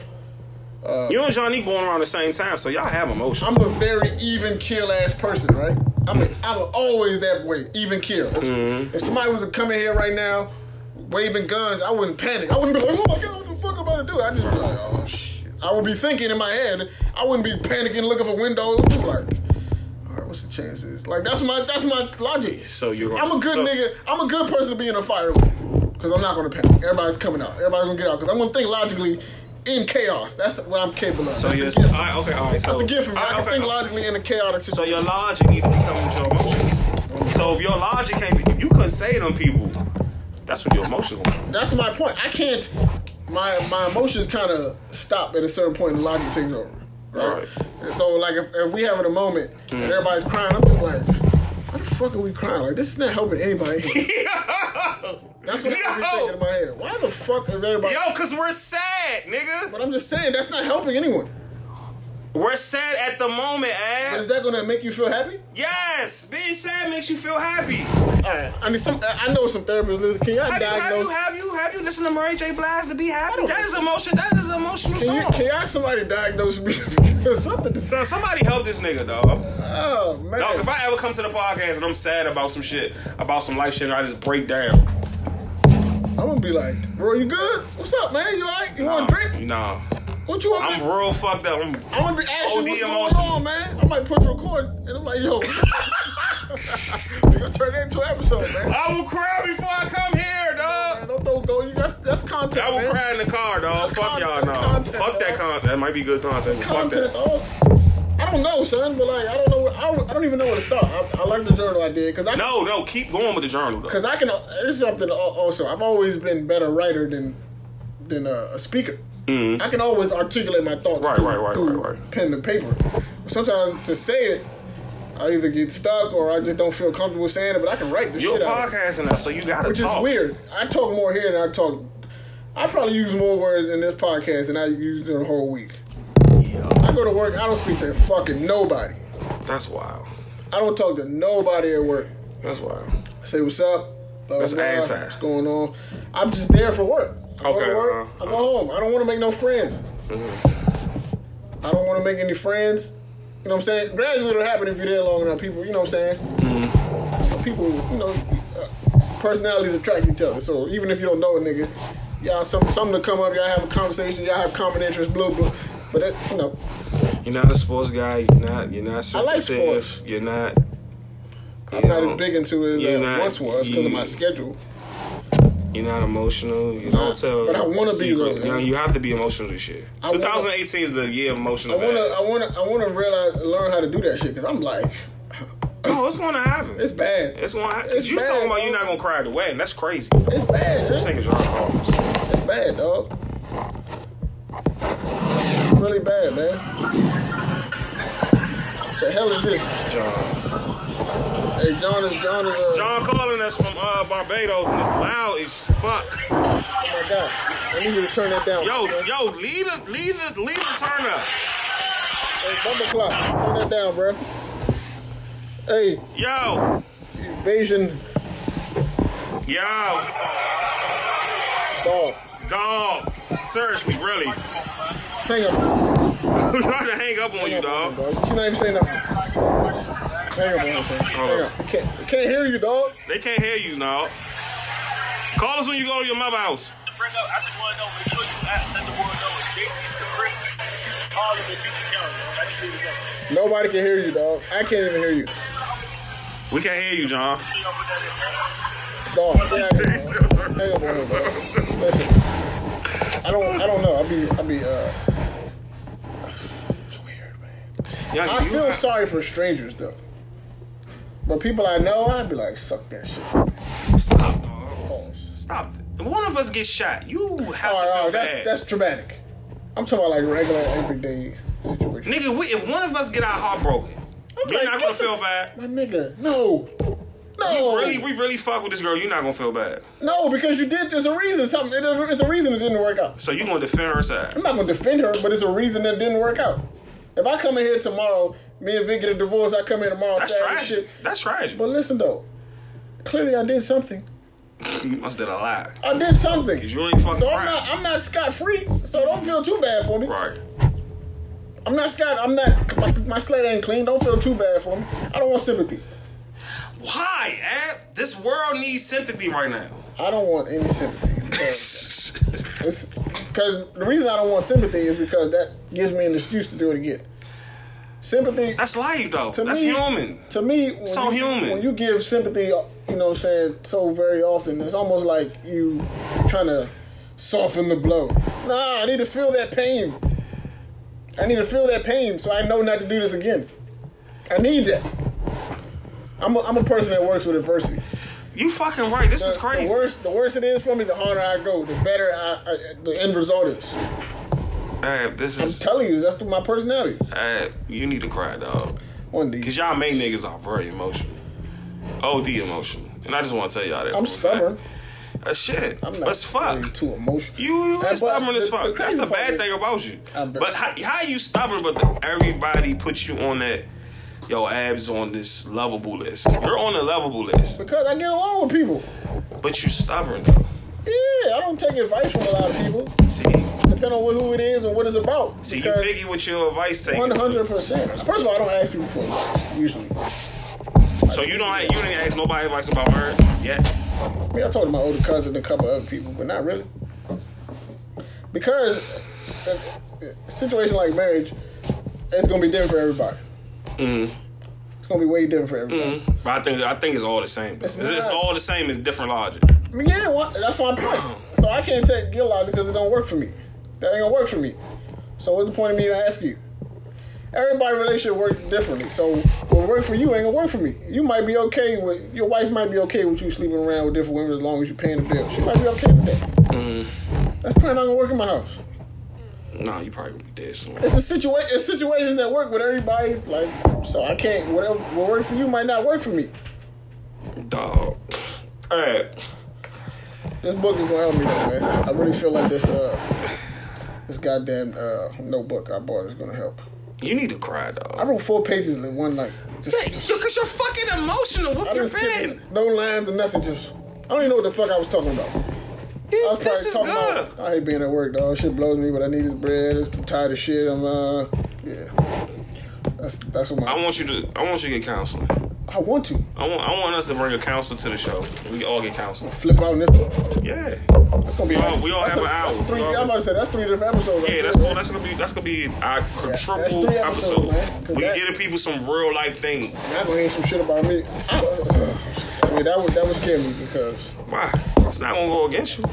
A: You and Johnny going around the same time, so y'all have emotion.
B: Uh, I'm a very even kill ass person, right? I'm a, I'm always that way, even kill.
A: Mm-hmm.
B: If somebody was to come in here right now, waving guns, I wouldn't panic. I wouldn't be like, oh my god, what the fuck am I about to do? I just be like, oh shit. I would be thinking in my head. I wouldn't be panicking, looking for windows. I'm just like, all right, what's the chances? Like that's my that's my logic.
A: So you're gonna-
B: I'm a good
A: so-
B: nigga. I'm a good person to be in a fire with. Cause I'm not gonna panic. Everybody's coming out. Everybody's gonna get out. Cause I'm gonna think logically in chaos. That's what I'm capable of.
A: So
B: That's a
A: you're all
B: gift.
A: right, okay, all right. So,
B: That's a gift from me.
A: all
B: I
A: right,
B: can
A: okay.
B: think logically in a chaotic
A: So
B: situation.
A: your logic need to become with your emotions. So if your logic can't, be, if you couldn't say to them people, that's when you're emotional.
B: That's my point. I can't. My my emotions kind of stop at a certain point, and logic takes over.
A: Right.
B: And so like if, if we having a moment
A: Mm.
B: and everybody's crying, I'm just like, why the fuck are we crying? Like this is not helping anybody. That's what
A: *laughs*
B: I'm
A: Yo!
B: thinking in my head. Why the fuck is everybody?
A: Yo, cause we're sad, nigga.
B: But I'm just saying that's not helping anyone.
A: We're sad at the moment,
B: Is
A: ass.
B: that gonna make you feel happy?
A: Yes, being sad makes you feel happy.
B: All right. I mean, some I I know some therapists. listen, Can y'all
A: Have you, have you,
B: diagnose?
A: have you, have you listened to Murray J. Blige to be happy? That is emotion. That is an emotional
B: Can, you,
A: song.
B: can y'all somebody diagnose me? *laughs* Something to say.
A: Son, somebody help this nigga, dog.
B: Oh, man.
A: Dog, if I ever come to the podcast and I'm sad about some shit, about some life shit, I just break down.
B: I'm going to be like, bro, you good? What's up, man? You all right? You want a drink?
A: Nah.
B: What you want?
A: I'm real fucked up. I'm,
B: I'm gonna be asking
A: OD
B: what's
A: emotion.
B: going on, man. I might put record, and I'm like, yo, *laughs* we gonna turn that into an episode, man.
A: I will cry before I come here,
B: man
A: dog.
B: don't throw go. You that's that's content,
A: I will
B: man.
A: cry in the car, dog.
B: That's
A: Fuck
B: con-
A: y'all,
B: that's
A: no.
B: content,
A: Fuck that
B: dog.
A: content. That might be good content. but Fuck
B: Content,
A: that.
B: dog. I don't know, son, but like I don't know. Where, I, don't, I don't even know where to start. I, I like the journal I did because I
A: No, no. Keep going with the journal, though.
B: because I can. This is something al- also. I've always been better writer than than a, a speaker. I can always articulate my thoughts.
A: Mm-hmm. Right, right, right,
B: through
A: right, right.
B: Pen and paper. Sometimes to say it, I either get stuck or I just don't feel comfortable saying it. But I can write the
A: You're
B: shit out. of it,
A: podcasting us, so you gotta
B: Which is
A: talk.
B: weird. I talk more here than I talk. I probably use more words in this podcast than I used in the whole week.
A: Yeah,
B: I go to work. I don't speak to fucking nobody.
A: that's wild.
B: I don't talk to nobody at work.
A: That's wild.
B: say what's up. Blah,
A: That's
B: blah,
A: ad
B: blah,
A: time.
B: What's going on? I'm just there for work. I go
A: Okay,
B: to work.
A: uh,
B: I go home. I don't want to make no friends.
A: Mm-hmm.
B: I don't want to make any friends. You know what I'm saying? Gradually, it'll happen if you're there long enough. People, you know what I'm saying?
A: Mm-hmm.
B: People, you know, uh, personalities attract each other. So even if you don't know a nigga, y'all some something to come up. Y'all have a conversation. Y'all have common interests. Blah blah. But that, you know,
A: You're not a sports guy. You're not. You're not
B: I like
A: sensitive.
B: sports.
A: You're not.
B: I'm
A: you
B: not
A: know,
B: as big into it
A: you're
B: as I
A: not- e-
B: once was because of my
A: you-
B: schedule.
A: You're not emotional. You don't tell.
B: but I wanna be,
A: secret-
B: though.
A: You, know, you have to be emotional this year.
B: I wanna-
A: 2018 is the year of emotional.
B: I wanna,
A: bad.
B: I wanna, I wanna realize, learn how to do that shit. Cause I'm like,
A: No, it's gonna happen.
B: it's
A: It's,
B: bad. It's,
A: gonna happen.
B: it's
A: Cause you
B: bad,
A: talking about you're
B: bro.
A: not gonna cry the wedding. That's crazy.
B: bad.
A: This
B: It's,
A: nigga's John Holmes.
B: it's bad, dog. It's really bad, man. The hell is this?
A: John.
B: Hey, John is John is. Uh,
A: John calling us from uh, Barbados and it's loud as fuck.
B: Oh my God, I need you to turn that down.
A: Yo,
B: man.
A: yo, leave the, leave the, leave the turn up.
B: Hey, bumper clock, turn that down, bro. Hey,
A: Yo,
B: invasion
A: yo,
B: dog.
A: dog. Seriously, really. *laughs*
B: Hang up.
A: I'm trying to hang up on you,
B: Hang up,
A: dog.
B: on him, dog. You're not even saying nothing. Hang up, on him, man. Hang up. We can't, we can't hear you, dog.
A: They can't hear you, dog. Call us when you go to your mother's house.
C: bring up, I just want to know, make sure you ask, let the world know it's big piece of brick. All of it, you can count. I just need to know.
B: Nobody can hear you, dog. I can't even hear you.
A: We can't hear you, John.
C: So y'all put that
B: *laughs*
C: in there.
B: Dog. get out of here, dog. Hang up on him, dog. *laughs*
A: Yo,
B: Listen. I don't I don't know. I'll be I'll be uh it's weird, man. I
A: you
B: feel
A: not-
B: sorry for strangers though. But people I know, I'd be like, suck that shit.
A: Stop, dog.
B: Pause.
A: Stop. One of us gets shot. You have
B: All right,
A: to
B: all
A: feel
B: right, that's
A: bad.
B: that's dramatic. I'm talking about like regular everyday situation.
A: Nigga, we, if one of us get our heart broken, you're
B: like,
A: not gonna
B: get the-
A: feel bad.
B: My nigga, no. No,
A: Really, we really fuck with this girl. You're not gonna feel bad.
B: no, because you did. There's a reason. Something. There's a reason it didn't work out.
A: So you gonna defend her side?
B: I'm not gonna defend her, but it's a reason that didn't work out. If I come in here tomorrow, me and Vin get a divorce, I come here tomorrow,
A: That's
B: sad as
A: tragic.
B: shit.
A: That's tragic.
B: But listen though, clearly I did something.
A: You must did a lot.
B: I did something.
A: Cause you ain't fucking
B: So I'm
A: around.
B: not I'm not scot free. So don't feel too bad for me.
A: Right.
B: I'm not scot. I'm not. My, my slate ain't clean. Don't feel too bad for me. I don't want sympathy.
A: Why, Ab? This world needs sympathy right now.
B: I don't want any sympathy.
A: *laughs*
B: Because it's- 'cause the reason I don't want sympathy is because that gives me an excuse to do it again. Sympathy.
A: That's life, though.
B: To
A: That's
B: me-
A: human.
B: To me, when
A: So
B: you,
A: human.
B: When you give sympathy, you know, what I'm saying so very often, it's almost like you trying to soften the blow. Nah, I need to feel that pain. I need to feel that pain, so I know not to do this again. I need that. I'm a, I'm a person that works with adversity.
A: You fucking right. This is
B: The-
A: crazy.
B: The worse, the worse it is for me, the harder I go, the better I, I, the end result is.
A: Ab, this
B: I'm
A: is.
B: telling you, that's my personality.
A: Ab, you need to cry, dog.
B: One day.
A: Cause y'all main niggas are very emotional. OD emotional. And I just want to tell y'all that.
B: I'm
A: for a fact.
B: stubborn.
A: Uh, shit.
B: I'm not
A: That's fuck.
B: really too emotional.
A: You, you
B: Hey, but
A: stubborn as
B: the-
A: fuck.
B: the
A: That's the
B: crazy part
A: bad
B: is-
A: thing about you.
B: I'm very-
A: But how, how you stubborn? But everybody puts you on that. Yo, abs on this lovable list. You're on the lovable list,
B: Because I get along with people.
A: but you stubborn though.
B: Yeah, I don't take advice from a lot of people,
A: See,
B: depending on what, who it is and what it's about.
A: see, you
B: Because-
A: picky with your advice taking.
B: One hundred percent. First of all, I don't ask people for advice usually.
A: So you don't, you didn't ask nobody advice about murder yet.
B: I mean, I talked to my older cousin and a couple other people, but not really. Because a, a situation like marriage, it's gonna be different for everybody.
A: Mm-hmm.
B: It's gonna be way different for everybody.
A: But I think, I think it's all the same. It's,
B: It's
A: it's
B: not.
A: all the same. It's different logic.
B: I mean, yeah, well, that's my point. So I can't take your logic because it don't work for me. That ain't gonna work for me. So what's the point of me even asking you? Everybody relationship works differently. So what work for you ain't gonna work for me. You might be okay with your wife might be okay with you sleeping around with different women as long as you're paying the bill. She might be okay with that. That's probably not gonna work in my house.
A: No, you probably gonna be dead soon.
B: It's a situation. It's situations that work with everybody. Like so, I can't. Whatever what works for you might not work for me.
A: Dog. All right.
B: This book is gonna help me though, man. I really feel like this uh this goddamn uh notebook I bought is gonna help.
A: You need to cry,
B: I
A: dog.
B: wrote four pages in one night. Just, just-
A: Because you're fucking emotional with
B: I
A: your
B: didn't skip
A: pen.
B: it. no lines and nothing. Just I don't even know what the fuck I was talking about. I was
A: This is
B: probably talking
A: good.
B: about I hate being at work, dog. Shit blows me, but I need this bread. I'm tired of shit. I'm uh yeah. That's that's what my
A: I want you to. I want you to get counseling.
B: I want to
A: I want. I want us to bring a counselor to the show. We all get counseling.
B: flip out in this. book.
A: Yeah.
B: That's gonna be.
A: We all- we all
B: that's
A: have an hour.
B: That's three,
A: We all-
B: I'm about to say that's three different episodes. right
A: Yeah,
B: there,
A: that's cool.
B: man.
A: That's gonna be. That's gonna be our
B: that's
A: triple
B: three
A: episode.
B: episodes, man, 'cause
A: We
B: that-
A: giving people some real life things.
B: I'm gonna hear some shit about me. I mean, that would that would scare me because
A: Why? It's not gonna go against you.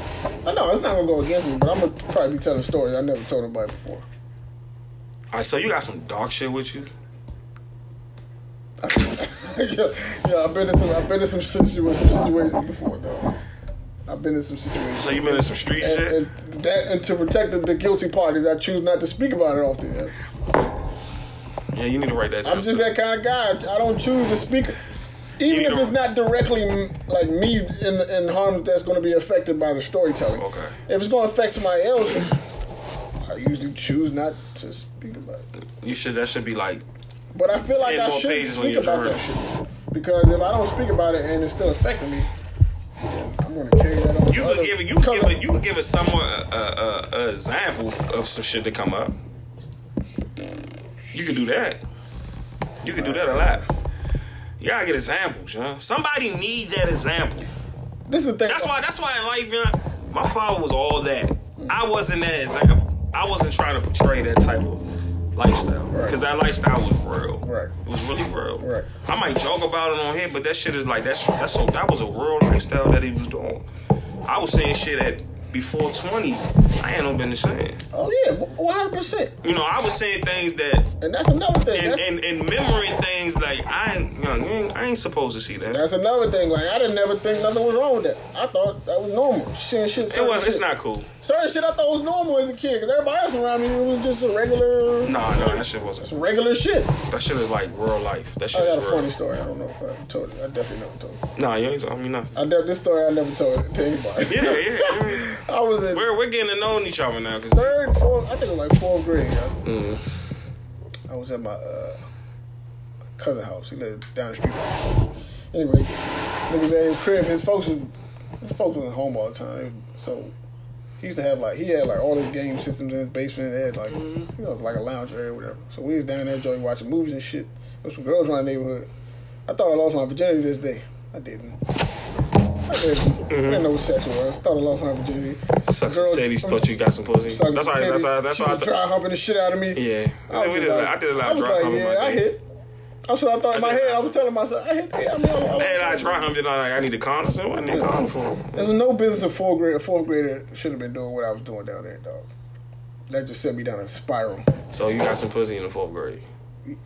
B: I know it's not gonna go against me, but I'm gonna probably be telling stories I never told nobody before. *laughs*
A: All right, so you got some dog shit with you.
B: yeah, yeah, I've been in some I've been in some situations, some situations before, though. I've been in some situations.
A: So you been in some street
B: And,
A: shit.
B: and that and to protect the, the guilty parties, I choose not to speak about it often.
A: Yeah, you need to write that down.
B: I'm just
A: son.
B: that kind of guy. I don't choose to speak,
A: You
B: even if
A: don't-
B: it's not directly like me in in harm that's going to be affected by the storytelling.
A: Okay.
B: If it's going to affect somebody else, I usually choose not to speak about it.
A: You should. That should be like.
B: But I feel like
A: Ten
B: I
A: more
B: should
A: pages on
B: speak
A: your
B: about that shit because if I don't speak about it and it's still affecting me, then I'm going to carry that on. to
A: You
B: other-
A: could give it. You could give
B: because
A: it. You could give it someone a, a, a, a example of some shit to come up. You could do that. You could do that a lot. You gotta get examples, you know. Somebody need that example.
B: This is the thing.
A: That's why. That's why in life, you know, my father was all that. I wasn't that example. I wasn't trying to portray that type of lifestyle because that lifestyle was real.
B: Right.
A: It was really real.
B: Right.
A: I might joke about it on here, but that shit is like that's that's so that was a real lifestyle that he was doing. I was saying shit at before twenty. I ain't no been saying.
B: Oh yeah, 100. percent
A: You know, I was saying things that
B: And that's another thing.
A: and
B: that's,
A: and, and remembering things like I ain't, you know, you ain't- I ain't supposed to see that.
B: That's another thing. Like I didn't never think nothing was wrong with that. I thought that was normal. Shit, shit.
A: it
B: certain
A: was. It's
B: shit-
A: not cool.
B: certain shit. I thought was normal as a kid because everybody else around me it was just a regular,
A: Nah, no, that shit wasn't.
B: regular shit.
A: That shit is like real life. That shit
B: I got a
A: is real.
B: funny story. I don't know if I ever told it. I definitely never told it.
A: Nah, you ain't telling me nothing.
B: I de- this story I never told it to anybody.
A: Yeah, yeah, yeah.
B: *laughs* I was in
A: We're, we're getting to know each other now. Cause
B: third, fourth. I think it was like fourth grade. I,
A: Mm.
B: I was at my uh, cousin house. He lived down the street. Anyway, niggas at his crib. His folks was his folks was home all the time. So he used to have like he had like all his game systems in his basement. They had like
A: Mm-hmm.
B: you know like a lounge area, or whatever. So we was down there joint watching movies and shit. There was some girls around the neighborhood. I thought I lost my virginity this day. I didn't. I didn't. I didn't know what sex was. I thought I lost my virginity.
A: sucks
B: Girl-
A: titties thought you got some pussy.
B: Sucked
A: That's
B: some
A: all. right, That's all. right, That's
B: she
A: all. I
B: was dry
A: thought.
B: humping the shit out of me.
A: Yeah, we
B: I, was
A: did.
B: just
A: a-
B: like-
A: I did a
B: I
A: lot of
B: was
A: dry
B: like,
A: humping.
B: Yeah, I hit. That's what I thought in my
A: did
B: head.
A: that.
B: I was telling myself, I hit. Yeah, I mean, I, I,
A: And I dry humped it. I'm like, I need a condom. So what need a condom for?
B: There's no business a fourth grader, a fourth grader should have been doing what I was doing down there, dog. That just sent me down a spiral.
A: So you got some pussy in the fourth grade.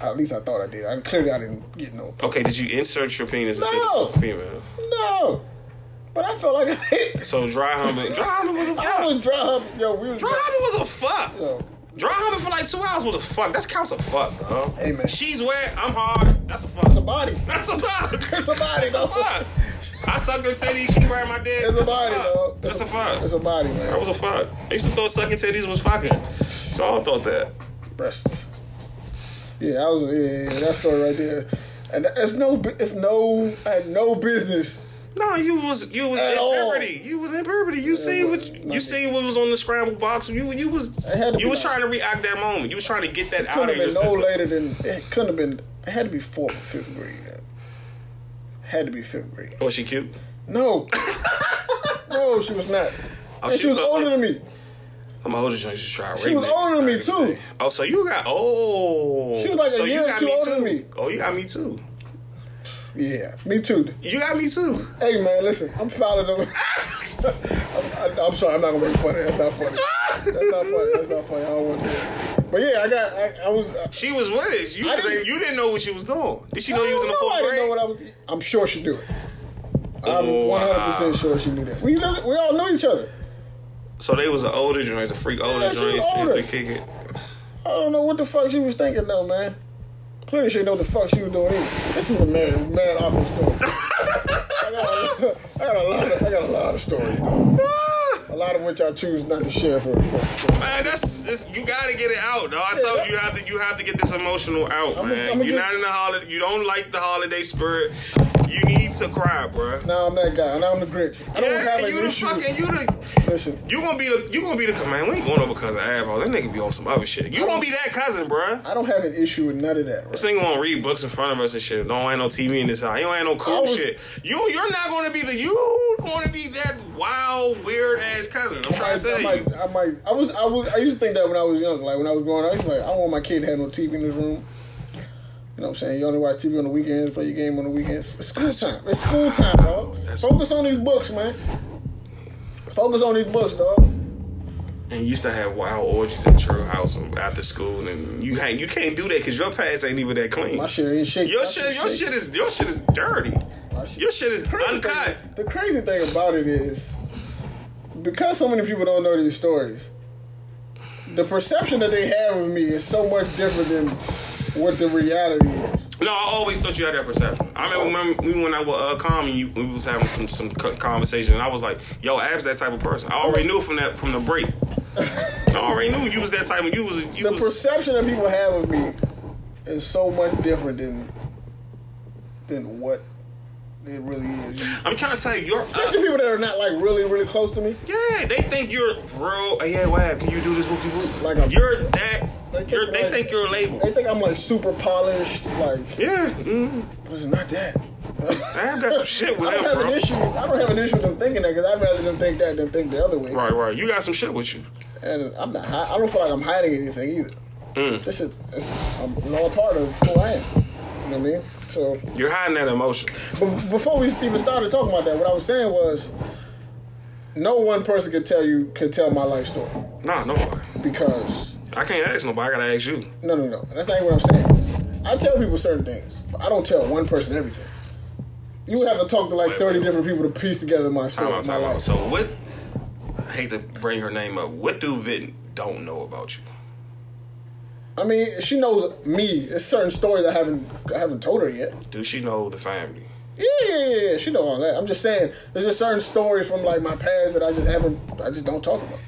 B: At least I thought I did. I clearly I didn't get no.
A: Okay, did you insert your penis
B: No.
A: into the female?
B: No, but I felt like I,
A: So dry humping. Dry humping was a
B: I
A: fuck.
B: was dry humping. Yo, we was
A: Dry humping was a fuck.
B: Yo,
A: Dry humping for like two hours was a fuck. That counts a fuck, bro.
B: Hey, man.
A: She's wet. I'm hard. That's a fuck.
B: the body.
A: That's a fuck.
B: It's a body,
A: That's
B: though.
A: a fuck. I sucked her titty. She grabbed my dick.
B: It's a
A: That's
B: body,
A: fuck.
B: dog.
A: That's a fuck.
B: It's a body,
A: That
B: man.
A: was a fuck. I used to thought sucking titties was fucking. So I thought that.
B: breasts. Yeah, I was. Yeah, yeah, yeah, that story right there, and it's no, it's no, I had no business
A: No, you was you was
B: At
A: in
B: all.
A: puberty. You was in puberty. You seen what
B: but-
A: you seen what was on the scramble box. You you was
B: had to
A: you
B: be
A: was
B: like-
A: trying to react that moment. You was trying to get that out
B: couldn't
A: of
B: have
A: your
B: been no
A: system.
B: later than it couldn't have been. It had to be fourth or fifth grade. Had to be fifth grade.
A: Was Oh, she cute?
B: No, no, she was not.
A: Oh,
B: and she,
A: she
B: was,
A: was-
B: older than me.
A: I'm older than you. She tried
B: She was older than me too.
A: Oh, so you got oh.
B: She was like a
A: so
B: year
A: you
B: or
A: got
B: two
A: me
B: older
A: too.
B: than me.
A: Oh, you got me too.
B: Yeah, me too.
A: You got me too.
B: Hey man, listen, I'm fouling them. I'm, I'm sorry, I'm not gonna make fun of it. That's not funny. That's not funny. That's not funny. I don't want to. do that. But yeah, I got. I, I was. I,
A: She was with it. You
B: I
A: was
B: didn't-
A: didn't, you didn't know what she was doing. Did she
B: I
A: know you was in the
B: don't
A: fourth
B: know. I didn't know
A: grade?
B: what I was. I'm sure she knew it. I'm
A: Oh,
B: 100
A: wow.
B: percent sure she knew that. We know- we all knew each other.
A: So they was an older joint, the freak older
B: Yeah, she was
A: joint. She used
B: older.
A: to kick it.
B: I don't know what the fuck she was thinking though, man. Clearly she didn't know what the fuck she was doing either. This is a mad, mad awkward story.
A: *laughs*
B: I got, a, I got a lot of, I got a lot of stories, though.
A: Ah,
B: a lot of which I choose not to share for. for-
A: man, that's it's, you gotta get it out. Though. I told you, you have to you have to get this emotional out,
B: I'ma-
A: man.
B: I'ma
A: You're
B: get-
A: not in the holiday. You don't like the holiday spirit. You need to cry, bro.
B: Now I'm that guy. Now I'm the Grinch. I don't
A: Yeah,
B: have an
A: you the
B: issue.
A: fucking you the
B: Listen,
A: You gonna be the you gonna be the man. We ain't going over cousin asshole. That nigga be on some other shit. You gonna be that cousin, bruh.
B: I don't have an issue with none of that. Right?
A: This nigga won't read books in front of us and shit. Don't have no TV in this house. He don't have no
B: I
A: cool
B: was-
A: shit. You you're not gonna be the you gonna be that wild weird ass cousin. I'm
B: I,
A: trying to
B: I
A: tell you.
B: might, I might, I was, I was, I used to think that when I was young, like when I was growing up, I used to be like, I don't want my kid to have no TV in his room. You know what I'm saying? You only watch TV on the weekends, play your game on the weekends. It's school time. It's school time, dog.
A: That's-
B: Focus on these books, man. Focus on these books, dog.
A: And you used to have wild orgies at your house and after school, and you ain't you can't do that because your past ain't even that clean.
B: My shit ain't shaking.
A: Your
B: My
A: shit your
B: shaking.
A: shit is your shit is dirty.
B: My shit-
A: Your shit is
B: crazy thing-
A: uncut.
B: the crazy thing about it is, because so many people don't know these stories, the perception that they have of me is so much different than what the reality is.
A: No, I always thought you had that perception. I remember when, when I was uh, calm and you, we was having some some co- conversation, and I was like, "Yo, Ab's that type of person." I already knew from that from the break. I already knew you was that type. of You was you
B: The
A: was.
B: perception that people have of me is so much different than than what it really is.
A: I'm trying to say you're. Uh,
B: Especially people that are not like really, really close to me.
A: yeah, they think you're real. Hey, yeah, Ab, can you do this whoopie whoop?
B: Like a-
A: you're that.
B: They think
A: you're, they
B: like-
A: think you're a label.
B: They think I'm like super polished, like
A: Yeah, mm,
B: but it's not that.
A: Ab got some *laughs* shit with
B: I don't
A: that,
B: have
A: bro.
B: an issue. I don't have an issue with them thinking that because I'd rather them think that than think the other way.
A: Right, right. You got some shit with you.
B: And I'm not. Hi- I don't feel like I'm hiding anything either.
A: Mm.
B: This is it's, I'm all part of who I am. You know what I mean? So,
A: You're hiding that emotion.
B: but before we even started talking about that, what I was saying was, no one person could tell you could tell my life story
A: Nah, nobody.
B: because
A: I can't ask nobody. I gotta ask you.
B: no, no, no. That's not even what I'm saying. I tell people certain things, but I don't tell one person everything. You would have to talk to like
A: Wait,
B: 30
A: wait.
B: different people to piece together my story.
A: Time out,
B: my
A: time out.
B: life.
A: So what? I hate to bring her name up. What do Vin don't know about you?
B: I mean, she knows me. It's certain stories I haven't I haven't told her yet.
A: Do she know the family?
B: Yeah, yeah, yeah, yeah. She know all that. I'm just saying, there's just certain stories from like my past that I just haven't, I just don't talk about.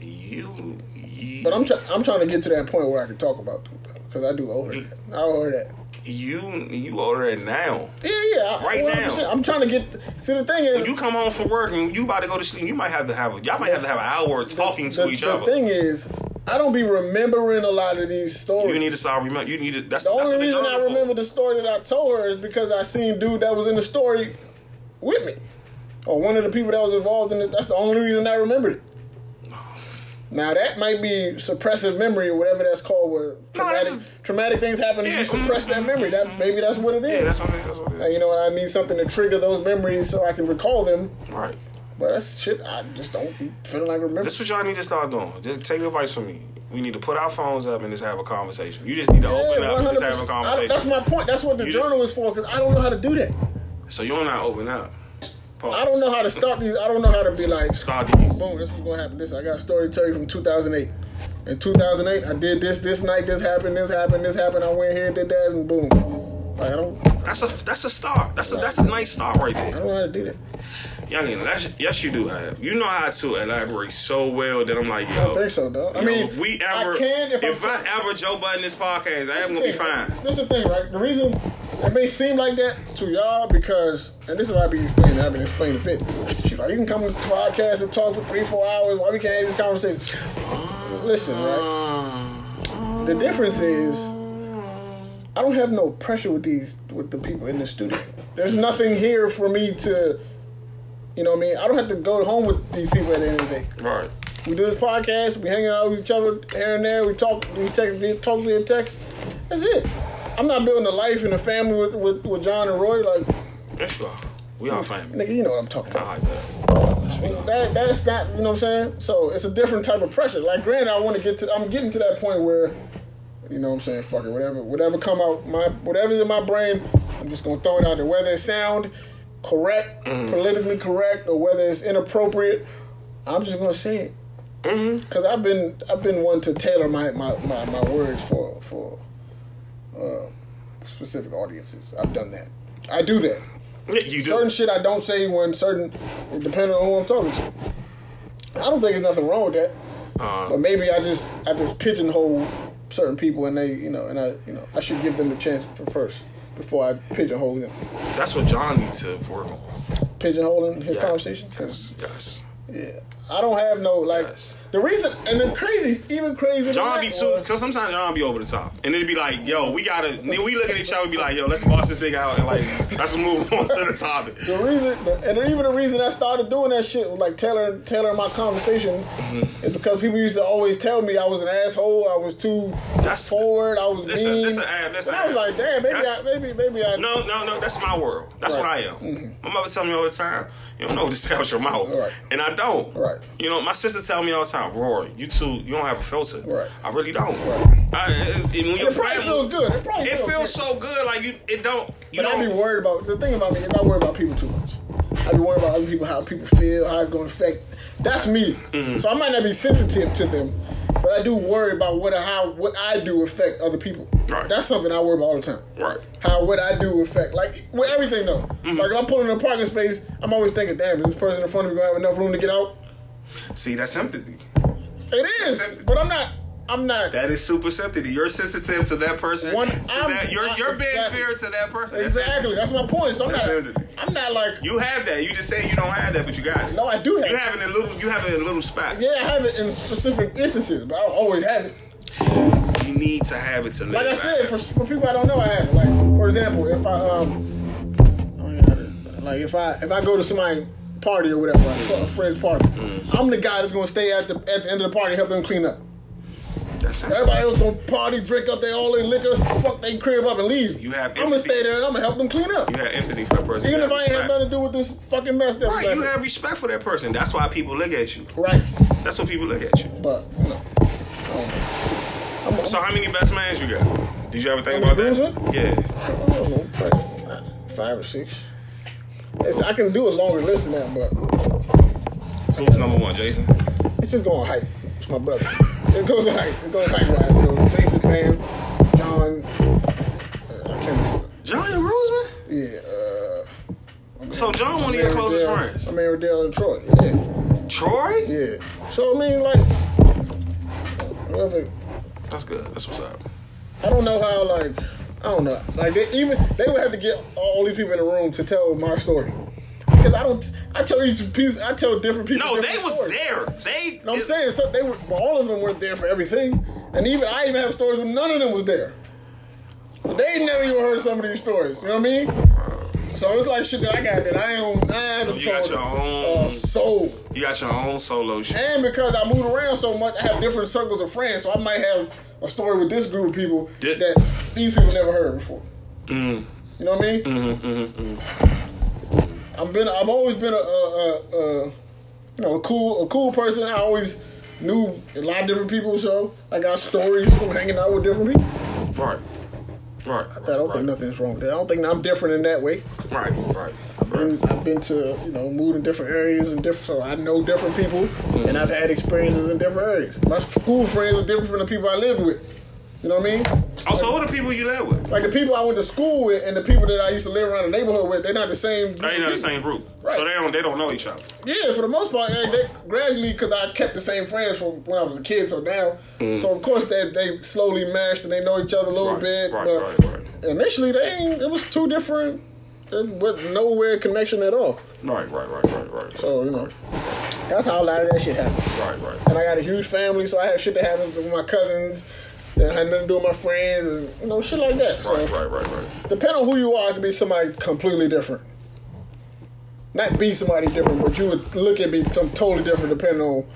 A: You, you,
B: But I'm try I'm trying to get to that point where I can talk about them because I do over that.
A: Mm-hmm.
B: I over that.
A: you, you older than now.
B: Yeah, yeah. I,
A: Right now.
B: 100%. I'm trying to get. See, the thing is,
A: You come home from work and you about to go to sleep. You might have to have a, y'all might have to have an hour talking to
B: the,
A: each
B: the
A: other.
B: thing is, I don't be remembering a lot of these stories.
A: you need to start remember. You need to. That's
B: the
A: that's
B: only
A: what
B: reason
A: they
B: I remember the story that I told her is because I seen dude that was in the story with me, or one of the people that was involved in it. That's the only reason I remembered it. Now that might be suppressive memory or whatever that's called, where traumatic,
A: that's-
B: traumatic things happen and
A: Yeah,
B: you suppress
A: mm,
B: that memory. That maybe that's what it is.
A: Yeah, that's what, it- that's what it
B: And
A: is.
B: you know, I need something to trigger those memories so I can recall them.
A: right.
B: But that's shit. I just don't be feeling like remembering.
A: That's what y'all need to start doing. Just take advice from me. We need to put our phones up and just have a conversation. You just need to open up and just have a
B: 100%. I,
A: conversation.
B: that's my point. That's what the
A: You just-
B: journal is for. Because I don't know how to do that.
A: So you're not open up. Pause.
B: I don't know how to stop these. I don't know how to be like,
A: Start these.
B: boom, this was gonna happen. This I got a story to tell you from 2008. In 2008, I did this. This night, this happened. This happened. This happened. I went here, did that, and boom. Like I don't, I
A: That's a that's a start. That's a, that's a nice start right there.
B: don't know how to do that.
A: Youngin, that's, yes you do have. You know how to elaborate so well that I'm like, yo.
B: I think so, dog. I
A: yo,
B: mean,
A: if we ever
B: I can if,
A: if
B: I'm
A: I ever Joe Button this podcast, I am
B: This
A: gonna be
B: the thing,
A: fine.
B: This is the thing, right? The reason It may seem like that to y'all because, and this is what I be explaining. I've been explaining fit. She's like, you can come to the podcast and talk for three, four hours. Why we can't have this conversation? Listen, right?
A: Um,
B: The difference is, I don't have no pressure with these with the people in the studio. There's nothing here for me to, you know, what I mean, I don't have to go home with these people at the end of the day.
A: Right.
B: We do this podcast. We hang out with each other here and there. We talk. We text. We talk via text. That's it. I'm not building a life and a family with, with, with John and Roy. Like,
A: That's you We all family.
B: nigga, you know what I'm talking
A: I
B: about.
A: like that. That's we are.
B: That that's not. You know what I'm saying? So it's a different type of pressure. Like, granted, I want to get to. I'm getting to that point where, you know what I'm saying? Fuck it. Whatever. Whatever come out. My whatever's in my brain. I'm just gonna throw it out there. Whether it sound correct, politically correct, or whether it's inappropriate, I'm just gonna say it. Cause I've been I've been one to tailor my my, my, my words for for uh, specific audiences. I've done that. I do that.
A: Yeah, you do.
B: Certain shit I don't say when certain, depending on who I'm talking to. I don't think there's nothing wrong with that.
A: uh,
B: But maybe I just I just pigeonhole certain people and they you know and I you know I should give them the chance for first before I pigeonhole them.
A: that's what John needs to work on.
B: Pigeonholing his
A: Yeah.
B: conversation. 'Cause,
A: Yes. Yes.
B: Yeah. I don't have no like
A: Yes.
B: the reason and then crazy even crazy. than
A: John
B: that
A: be too,
B: was-
A: cause sometimes John be over the top, and it'd be like, yo, we gotta. Then we look at each other, and be like, yo, let's boss this nigga out, and like, let's move *laughs* on to the topic.
B: The reason, and even the reason I started doing that shit, was like tailoring, tailoring my conversation,
A: Mm-hmm.
B: is because people used to always tell me I was an asshole, I was too
A: That's-
B: forward, I was
A: Listen,
B: mean.
A: listen, Ab, listen,
B: and I
A: Ab.
B: was like, damn, maybe, I,
A: That's-
B: maybe, maybe I.
A: No, no, no. That's my world. That's what I
B: Right. Mm-hmm.
A: am. My mother tell me all the time, you don't know what *laughs* to say out your mouth,
B: Right.
A: and I don't.
B: Right.
A: You know, my sister tell me all the time, Rory, you too, you don't have a filter.
B: Right.
A: I really don't.
B: Right.
A: I, and when your
B: It probably
A: family,
B: feels good. It probably
A: It
B: feels,
A: feels
B: good.
A: so good, like you. It don't. You
B: But I be
A: don't.
B: worried about the thing about me is I worry about people too much. I be worried about other people, how people feel, how it's gonna affect. That's me.
A: Mm-hmm.
B: So I might not be sensitive to them, but I do worry about what how what I do affect other people.
A: Right.
B: That's something I worry about all the time.
A: Right.
B: How what I do affect like with everything though.
A: Mm-hmm.
B: Like if I'm pulling in a parking space, I'm always thinking, damn, is this person in front of me gonna have enough room to get out?
A: See, that's empathy.
B: It is, but I'm not. I'm not.
A: That is super sympathy. You're sensitive to that person.
B: One-
A: to
B: I'm-
A: that, you're you're being
B: exactly.
A: fair to that person. That's empathy.
B: exactly. That's my point. So I'm
A: That's
B: not.
A: empathy.
B: I'm not like.
A: You have that. You just say you don't have that, but you got it.
B: No, I do have.
A: You have it in little. You have it in little spots.
B: Yeah, I have it in specific instances, but I don't always have it.
A: You need to have it to live.
B: Like I said,
A: by.
B: for, for people I don't know, I have it. Like for example, if I um, oh, yeah, I did. like if I if I go to somebody's party or whatever, like a friend's party,
A: Mm-hmm.
B: I'm the guy that's gonna stay at the at the end of the party, help them clean up.
A: That's empathy.
B: Everybody else gonna party, drink up their all their liquor, fuck they crib up and leave.
A: You have
B: I'm gonna
A: empathy.
B: stay there and I'm gonna help them clean up,
A: You have empathy for that person.
B: even
A: You
B: if I ain't have
A: respect.
B: nothing to do with this fucking mess that
A: Right, you have respect for that person. That's why people look at you.
B: right,
A: That's what people look at you.
B: but you know, I don't know.
A: So how many best mans you got? Did you ever think about
B: Bruiser?
A: that? Yeah.
B: I don't know, probably five or six. It's, I can do a longer list than that, but
A: Who's number one, Jason?
B: it's just going hype. It's my brother. It goes hype. It goes hype wise. So Jason, Bam, John, uh, I can't
A: John and Roseman?
B: remember. Yeah. Uh,
A: So John one of your closest
B: Riddell-
A: friends.
B: I mean, Riddell and Troy. Yeah.
A: Troy?
B: Yeah. So, I mean, like, whoever.
A: That's good. That's what's up.
B: I don't know how, like, I don't know. Like, they even, they would have to get all these people in the room to tell my story. Because I don't, I tell each piece, I tell different people.
A: No, they
B: different
A: was
B: stories.
A: there. They
B: No, I'm saying so they were. Well, all of them were there for everything, and even I even have stories where none of them was there. They never even heard some of these stories. You know what I mean? So it's like shit that I got that I don't. I have
A: So
B: to
A: you got your own-
B: uh, soul,
A: You got your own solo shit.
B: and because I moved around so much, I have different circles of friends. So I might have a story with this group of people
A: Yeah.
B: that these people never heard before.
A: Mm. Mm-hmm,
B: You know what I mean? I've been, I've always been a, a, a, a, you know, a cool, a cool person. I always knew a lot of different people, so I got stories from hanging out with different people.
A: Right. Right.
B: I don't think nothing's wrong with that. I don't think I'm different in that way.
A: Right. Right.
B: And I've been to, you know, moved in different areas and different, so I know different people, and I've had experiences in different areas. My school friends are different from the people I lived with. You know what I mean?
A: Also, Oh, who the people you live with?
B: Like the people I went to school with and the people that I used to live around the neighborhood with, they're not the same. group
A: They ain't
B: of
A: in Oh, the
B: people.
A: same group,
B: Right.
A: so they don't they don't know each other.
B: Yeah, for the most part, and they, gradually because I kept the same friends from when I was a kid, so now, so of course they they slowly meshed and they know each other a little
A: Mm. Right,
B: bit.
A: right,
B: but
A: right, right.
B: initially they ain't, it was two different it, with nowhere connection at all.
A: Right, right, right, right, right.
B: So Oh, you know, that's how a lot of that shit happened.
A: right, right.
B: And I got a huge family, so I have shit that happens with my cousins that had nothing to do with my friends, and you know, shit like that. So
A: Right, right, right, right.
B: depending on who you are, it could be somebody completely different. Not be somebody different, but you would look at me some totally different depending on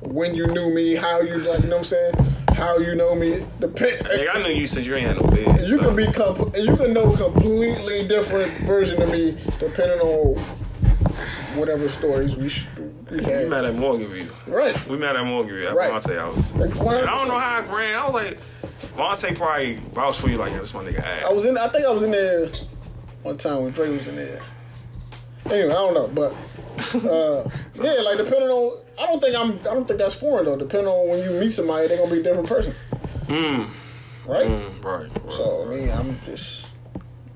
B: when you knew me, how you like, you know what I'm saying, how you know me. Depend.
A: Nigga, I knew you since you ain't had no bed.
B: You
A: so.
B: can be comp- you can know completely different version of me depending on whatever stories we sh- we
A: We
B: had.
A: met at Morgan View.
B: Right.
A: We met at Morgan View at
B: Right.
A: Monte House. And
B: That's why-
A: I don't know how I ran. I was like, Monte probably vouched for you like, yeah, this my nigga
B: I
A: ass.
B: was in. I think I was in there one time when Dre was in there. Anyway, I don't know, but
A: *laughs*
B: uh, yeah, like depending on, I don't think I'm. I don't think that's foreign though. Depending on when you meet somebody, they're gonna be a different person,
A: Hmm.
B: right?
A: Mm, Right, right.
B: *laughs* So I mean, I'm just,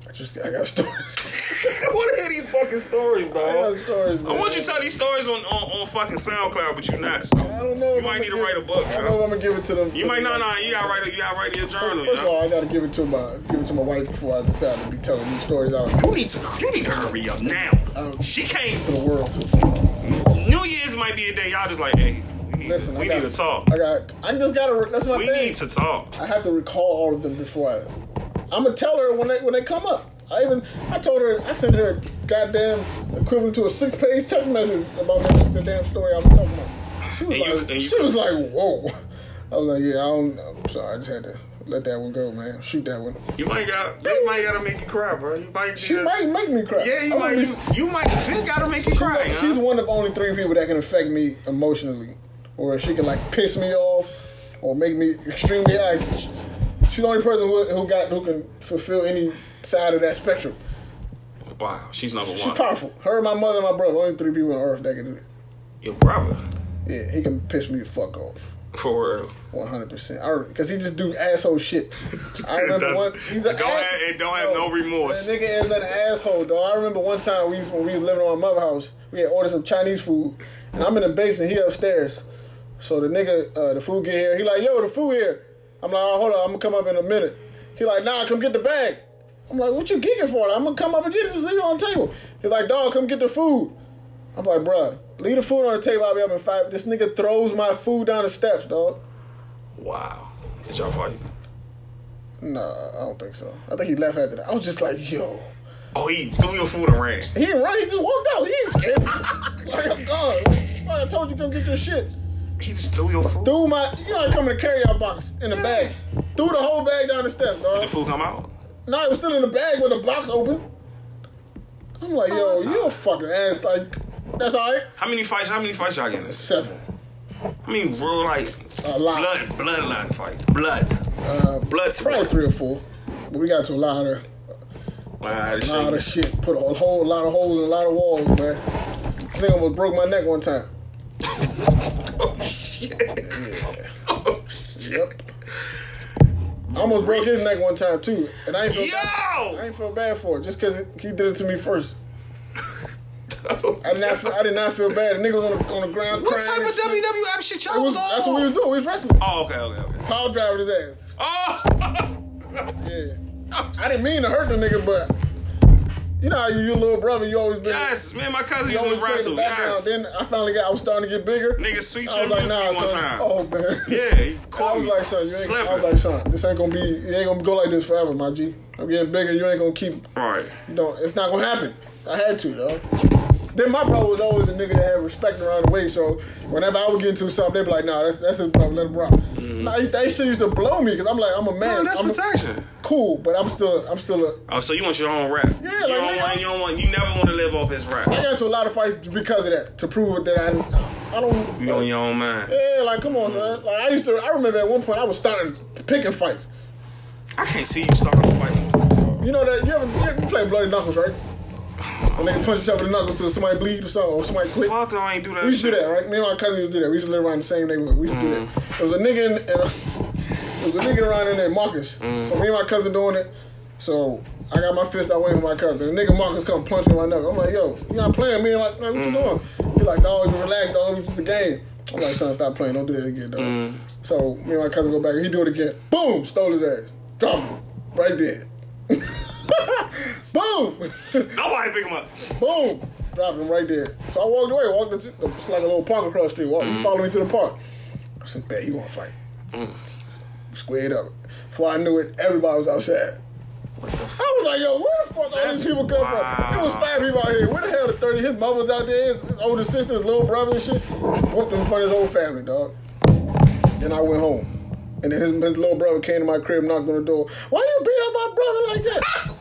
B: I just, I got *laughs* stories.
A: I want to hear these fucking stories,
B: I got
A: dog.
B: stories.
A: I want you
B: man.
A: to tell these stories on, on, on fucking SoundCloud, but you not. So.
B: I don't know.
A: You
B: if
A: might
B: I'ma
A: need to
B: give-
A: write a book,
B: I don't
A: bro.
B: know if I'm gonna give it to them.
A: You
B: to
A: might not.
B: them.
A: Nah, you gotta write. A, you gotta write in your journal.
B: First
A: you
B: of
A: know?
B: all, I gotta give it to my give it to my wife before I decide to be telling these stories out
A: You need to. You need to hurry up now.
B: Um,
A: she can't.
B: to the world.
A: New Year's might be a day. Y'all just like, hey, we need,
B: Listen,
A: we
B: I
A: need
B: got,
A: to talk.
B: I got. I just gotta. re- That's my
A: We
B: thing.
A: need to talk.
B: I have to recall all of them before I. I'm gonna tell her when they when they come up. I even I told her I sent her a goddamn equivalent to a six page text message about the, the damn story I was talking about. She was
A: And you-
B: like,
A: and you-
B: she was like, whoa. I was like, yeah, I don't. I'm sorry, I just had to let that one go, man. Shoot that one.
A: You might got. That might gotta make you cry, bro. You might.
B: She might make me cry.
A: Yeah, you
B: I'm
A: might.
B: gonna be-
A: you might. That gotta make you cry.
B: She's,
A: huh?
B: one of only three people that can affect me emotionally, or she can like piss me off, or make me extremely. Like, she's the only person who, who got who can fulfill any side of that spectrum.
A: Wow, she's number
B: She's
A: one.
B: powerful. Her, my mother, my brother, only three people on earth that can do that.
A: Your brother,
B: Yeah, he can piss me the fuck off.
A: for real.
B: One hundred percent, because he just do asshole shit.
A: *laughs*
B: I remember
A: Doesn't-
B: one. He's an
A: don't have- it don't have no remorse.
B: That nigga is an asshole, though. I remember one time we used, when we was living on my mother's house, we had ordered some Chinese food, and I'm in the basement, he upstairs. So the nigga, uh, the food get here. He like, yo, the food here. I'm like, oh, hold on, I'm gonna come up in a minute. He like, nah, come get the bag. I'm like, what you geeking for? I'm gonna come up and get it. Just leave it on the table. He's like, dog, come get the food. I'm like, bruh, leave the food on the table. I'll be up in five. This nigga throws my food down the steps, dog.
A: Wow. Did y'all fight?
B: Nah, I don't think so. I think he left after that. I was just like, yo.
A: Oh, he threw your food and ran.
B: He didn't run, he just walked out. He ain't scared. *laughs* like, I'm gone. Like, I told you come get your shit.
A: He just threw your food.
B: Threw my, you know, I come in a carry out box in the bag. Threw the whole bag down the steps,
A: The
B: dog.
A: food come out.
B: No, it was still in the bag with the box open. I'm like, yo,
A: that's
B: you
A: all
B: a fucking ass. Like, that's all right.
A: How many fights? How many fights y'all getting? This?
B: Seven.
A: I mean, real like
B: A lot.
A: blood, bloodline fight, blood,
B: Uh,
A: blood
B: probably
A: sport.
B: three or four. But we got to a lot of,
A: Wow, this
B: a lot of
A: shit-
B: shit. Put a whole lot of holes in a lot of walls, man. This nigga almost broke my neck one time.
A: Oh,
B: Yep. I almost broke his neck one time too, and I ain't feel bad.
A: Yo!
B: I ain't feel bad for it just because he did it to me first.
A: *laughs*
B: I did not. Feel, I did not feel bad. The nigga was on the, on the ground.
A: What
B: crying
A: type
B: and
A: of
B: shit.
A: WWF shit
B: It
A: y'all was
B: was- that's what we was
A: on?
B: doing. We was wrestling.
A: Oh, okay, okay, okay.
B: Power driver his ass.
A: Oh,
B: Yeah. I didn't mean to hurt the nigga, but you know how you your little brother, you always been.
A: yes, man, my cousin
B: you
A: used
B: always
A: to
B: played the
A: wrestle.
B: background.
A: Yes.
B: Then I finally got. I was starting to get bigger.
A: Nigga sweet
B: I
A: shit
B: was like,
A: me
B: nah,
A: one
B: son.
A: time.
B: Oh
A: *laughs*
B: man.
A: Yeah, he
B: I
A: caught
B: was
A: me.
B: like, son, you ain't, I was
A: slipping.
B: like, son, this ain't gonna be, it ain't gonna go like this forever, my G. I'm getting bigger. You ain't gonna keep
A: right.
B: You know, it's not gonna happen. I had to, though. Then my brother was always the nigga that had respect around the way, so whenever I would get into something, they'd be like, nah, that's, that's his brother, let him rock.
A: Mm-hmm.
B: Nah, he- they shit used to blow me, because I'm like, I'm a man.
A: No, Oh, that's
B: I'm a-
A: protection.
B: cool, but I'm still, I'm still a,
A: Oh, so you want your own rap?
B: Yeah,
A: you
B: like,
A: don't
B: nigga-
A: want, you don't want, you never want to live off his rap.
B: I got into a lot of fights because of that, to prove that I, I don't.
A: You on your own mind.
B: yeah, like, come on, son. Like, I used to, I remember at one point I was starting picking fights.
A: I can't see you starting a fight.
B: You know that, you ever, you ever play Bloody Knuckles, right? When they punch each other in the knuckles till somebody bleed or something, or somebody quit.
A: Fuck no, I ain't do that.
B: We used to
A: shit. Mm.
B: do that, right? Me and my cousin used to do that. We used to live around the same neighborhood. We used to do that. There was a nigga in, *laughs* and there was a nigga around in there, Marcus.
A: Mm.
B: So me and my cousin doing it. So I got my fist out waiting for my cousin. The nigga Marcus come punching my knuckle. I'm like, yo, you not playing, man. Like, like what
A: Mm.
B: you doing? He like, dog, you relax, dog. It's just a game. I'm like, son, stop playing. Don't do that again, dog.
A: Mm.
B: So me and my cousin go back. He do it again. Boom, stole his ass. Drop him right there. *laughs* Boom! *laughs*
A: Nobody pick him up.
B: Boom! Dropped him right there. So I walked away, walked into it's like a little park across the street. Walked, He followed me to the park. I said, man, he wanna fight. Squared up. Before I knew it, everybody was outside. I was like, yo, where the fuck all
A: That's
B: these people come
A: wild.
B: from? It was five people out here. Where the hell the 30? His mother's out there, his older sister, his little brother and shit. Whooped him in front of his whole family, dog. Then I went home. And then his, his little brother came to my crib, knocked on the door. Why you beat up my brother like that?
A: *laughs*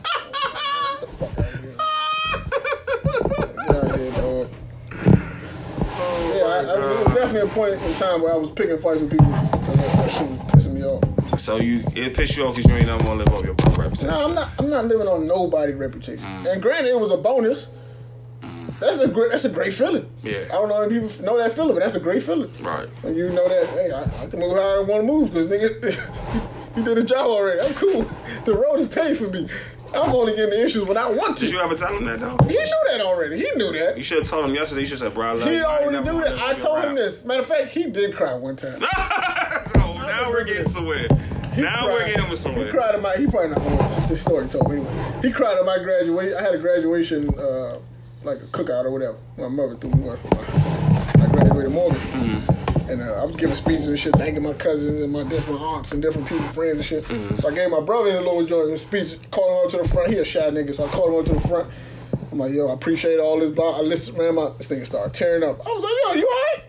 B: Yeah, I did, dog. yeah, I, I, there was definitely a point in time where I was picking fights with people. and That, that shit was pissing me off.
A: So you it piss you off because you ain't never gonna live up your reputation.
B: No, I'm not. I'm not living on nobody's reputation.
A: Mm.
B: And granted, it was a bonus. That's a great. That's a great feeling.
A: Yeah.
B: I don't know if people know that feeling, but that's a great feeling.
A: Right.
B: When you know that, hey, I, I can move how I want to move because nigga, *laughs* you did the job already. I'm cool. The road is paid for me. I'm only getting the issues when I want to.
A: Did you ever tell him that though?
B: He knew that already. He knew that.
A: You should have told him yesterday. You should have said, bro, I love you. I
B: He
A: ain't never
B: already knew
A: gonna
B: that.
A: live
B: I
A: up
B: told
A: your
B: him
A: rep."
B: this. Matter of fact, he did cry one
A: *laughs*
B: time.
A: so now we're getting somewhere. Now we're
B: cried-
A: getting
B: He
A: somewhere.
B: cried at my. He probably not going this story told me. Anyway. He cried at my graduation. I had a graduation, uh, like a cookout or whatever. My mother threw me one for my. I graduated Morgan,
A: Mm-hmm.
B: and uh, I was giving speeches and shit, thanking my cousins and my different aunts and different people, friends and shit.
A: Mm-hmm.
B: So I gave my brother his little joint his speech, called him up to the front. He a shy nigga, so I called him up to the front. I'm like, yo, I appreciate all this. Blah. I listened, man. My this nigga started tearing up. I was like, yo, you alright?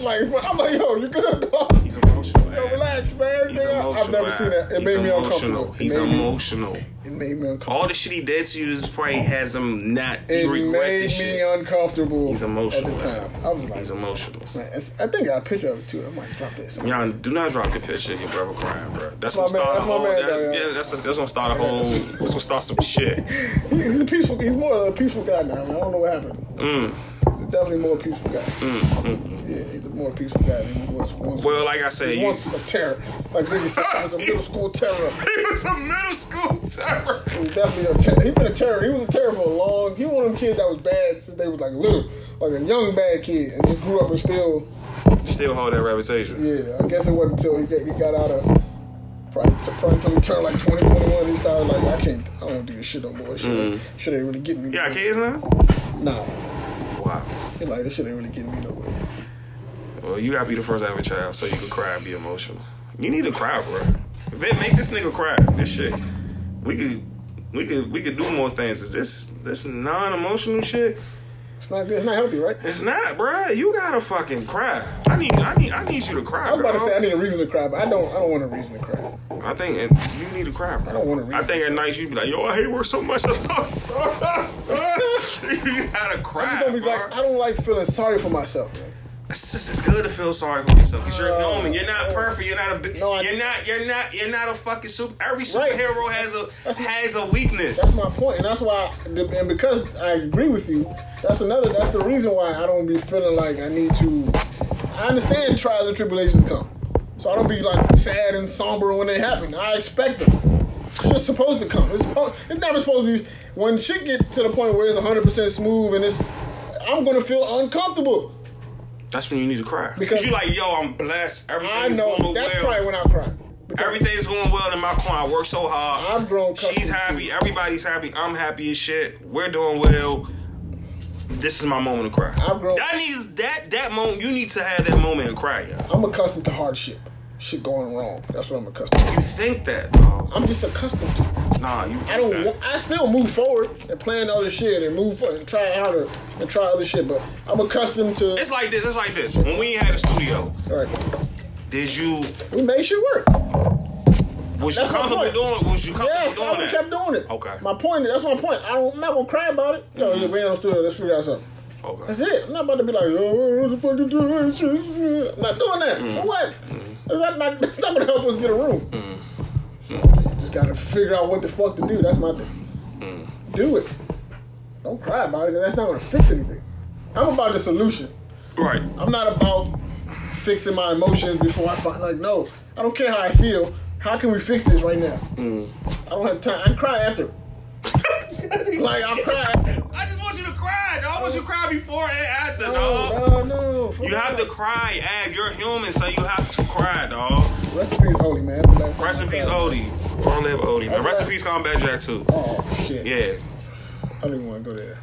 B: Like, I'm like, yo, you good, dog?
A: He's emotional.
B: Yo,
A: man.
B: relax, man.
A: He's
B: Nigga,
A: emotional.
B: I've never
A: man.
B: seen that. It
A: He's
B: made me
A: emotional.
B: uncomfortable.
A: He's
B: it made
A: emotional.
B: Me, it made me uncomfortable.
A: All the shit he did to you is probably has him not he
B: It
A: regret
B: made me
A: this shit.
B: uncomfortable.
A: He's emotional,
B: At the
A: man.
B: time, I was like,
A: He's emotional.
B: man, it's- I think I got a picture of it too. I might drop this.
A: Y'all do not drop the picture of your brother crying, bro. That's
B: My
A: gonna
B: man-
A: start a
B: that's my
A: whole.
B: man,
A: that-
B: though, yeah.
A: yeah, that's, that's gonna start a whole. That's gonna start some shit.
B: He, he's a peaceful. He's more of a peaceful guy now. man. I don't know what happened.
A: Mm.
B: He's definitely more peaceful guy. Yeah, he's a more peaceful guy than he was once.
A: Well, like I said, *laughs*
B: he
A: you,
B: was once a terror. Like Biggie said,
A: *laughs*
B: he was a middle school terror.
A: he was a middle school terror.
B: He was definitely a terror. He been a terror. He was a terror for a long. He one of them kids that was bad since they was like little, like a young bad kid, and just grew up and still.
A: Still hold that reputation.
B: Yeah, I guess it wasn't until he got, he got out of probably, probably until he turned like 20, 21, he started like, I can't, I don't wanna do this shit no more. Shit, shit ain't really getting me.
A: You got
B: no-
A: kids now?
B: Nah,
A: Wow.
B: he like this shit ain't really getting me nowhere.
A: Well, you gotta be the first to have a child so you can cry and be emotional. You need to cry, bro. Vin, make this nigga cry. This shit. We could, we could, we could do more things. Is this this non-emotional shit?
B: It's not good. It's not healthy, right?
A: It's not, bro. You gotta fucking cry. I need, I need, I need you to cry.
B: I was about to
A: bro.
B: say I need a reason to cry, but I don't. I don't want a reason to cry.
A: I think and you need to cry, bro. I
B: don't wanna read
A: I think at night you be like, yo, I hate work so much. *laughs* I love- you gotta
B: I'm
A: cry,
B: gonna be
A: bro.
B: like, I don't like feeling sorry for myself. man.
A: it's just it's good to feel sorry for yourself because you're
B: No,
A: human. You're not
B: no.
A: perfect. You're not a. bi-
B: Uh, No, I-
A: you're not. You're not. You're not a fucking super. Every
B: Right.
A: superhero has a
B: That's-
A: has a weakness.
B: That's my point, and that's why, and because I agree with you, that's another. That's the reason why I don't be feeling like I need to. I understand trials and tribulations come, so I don't be like sad and somber when they happen. I expect them. It's just supposed to come. It's supposed, It's never supposed to be. When shit get to the point where it's 100 percent smooth and it's, I'm gonna feel uncomfortable.
A: That's when you need to cry because
B: Because-
A: you like, yo, I'm blessed.
B: I
A: Everything's
B: know
A: going
B: that's
A: well.
B: probably when I cry. Because
A: Everything's going well in my corner. I work so hard.
B: I've grown
A: She's
B: accustomed
A: happy. Everybody's happy. I'm happy as shit. We're doing well. This is my moment to cry.
B: I've grown-
A: That needs that that moment. You need to have that moment and cry, y'all.
B: I'm accustomed to hardship, shit going wrong. That's what I'm accustomed. to.
A: You think that, dog?
B: I'm just accustomed to. it.
A: Nah, you. Think
B: I don't.
A: That.
B: wa- I still move forward and plan other shit and move forward and try harder and try other shit. But I'm accustomed to.
A: it's like this. It's like this. When we had a studio,
B: all right,
A: did you
B: we made shit work.
A: was you
B: That's my
A: comfortable
B: point.
A: doing? Was you comfortable
B: Yes,
A: doing
B: I
A: that?
B: kept doing it.
A: Okay. Mm-hmm.
B: My point. That's my point. I don't, I'm not gonna cry about it. Yo, yeah, we in the studio. Let's figure out something.
A: Okay.
B: That's it. I'm not about to be like, oh, what the fuck you doing? I'm not doing that.
A: Mm.
B: So what? That's not, not. That's not gonna help us get a room.
A: Mm.
B: Just gotta figure out what the fuck to do. That's my thing.
A: Mm.
B: Do it. Don't cry about it. 'cause That's not gonna fix anything. I'm about the solution.
A: Right.
B: I'm not about fixing my emotions before I find like no. I don't care how I feel. How can we fix this right now?
A: Mm.
B: I don't have time. I cry after. *laughs* like I cry.
A: *laughs* I just want you to cry, dog. I want you to cry before and after,
B: Oh, No,
A: dog.
B: no, no.
A: You have to cry, Ab. You're human, so you have to cry, dog.
B: Rest in peace, Odie, man. That's the last time
A: Rest in
B: I
A: peace,
B: cried.
A: Odie. Long live Odie, man.
B: That's
A: Rest in
B: right.
A: peace, Combat Jack, too.
B: Oh shit.
A: Yeah.
B: I don't even want to go there.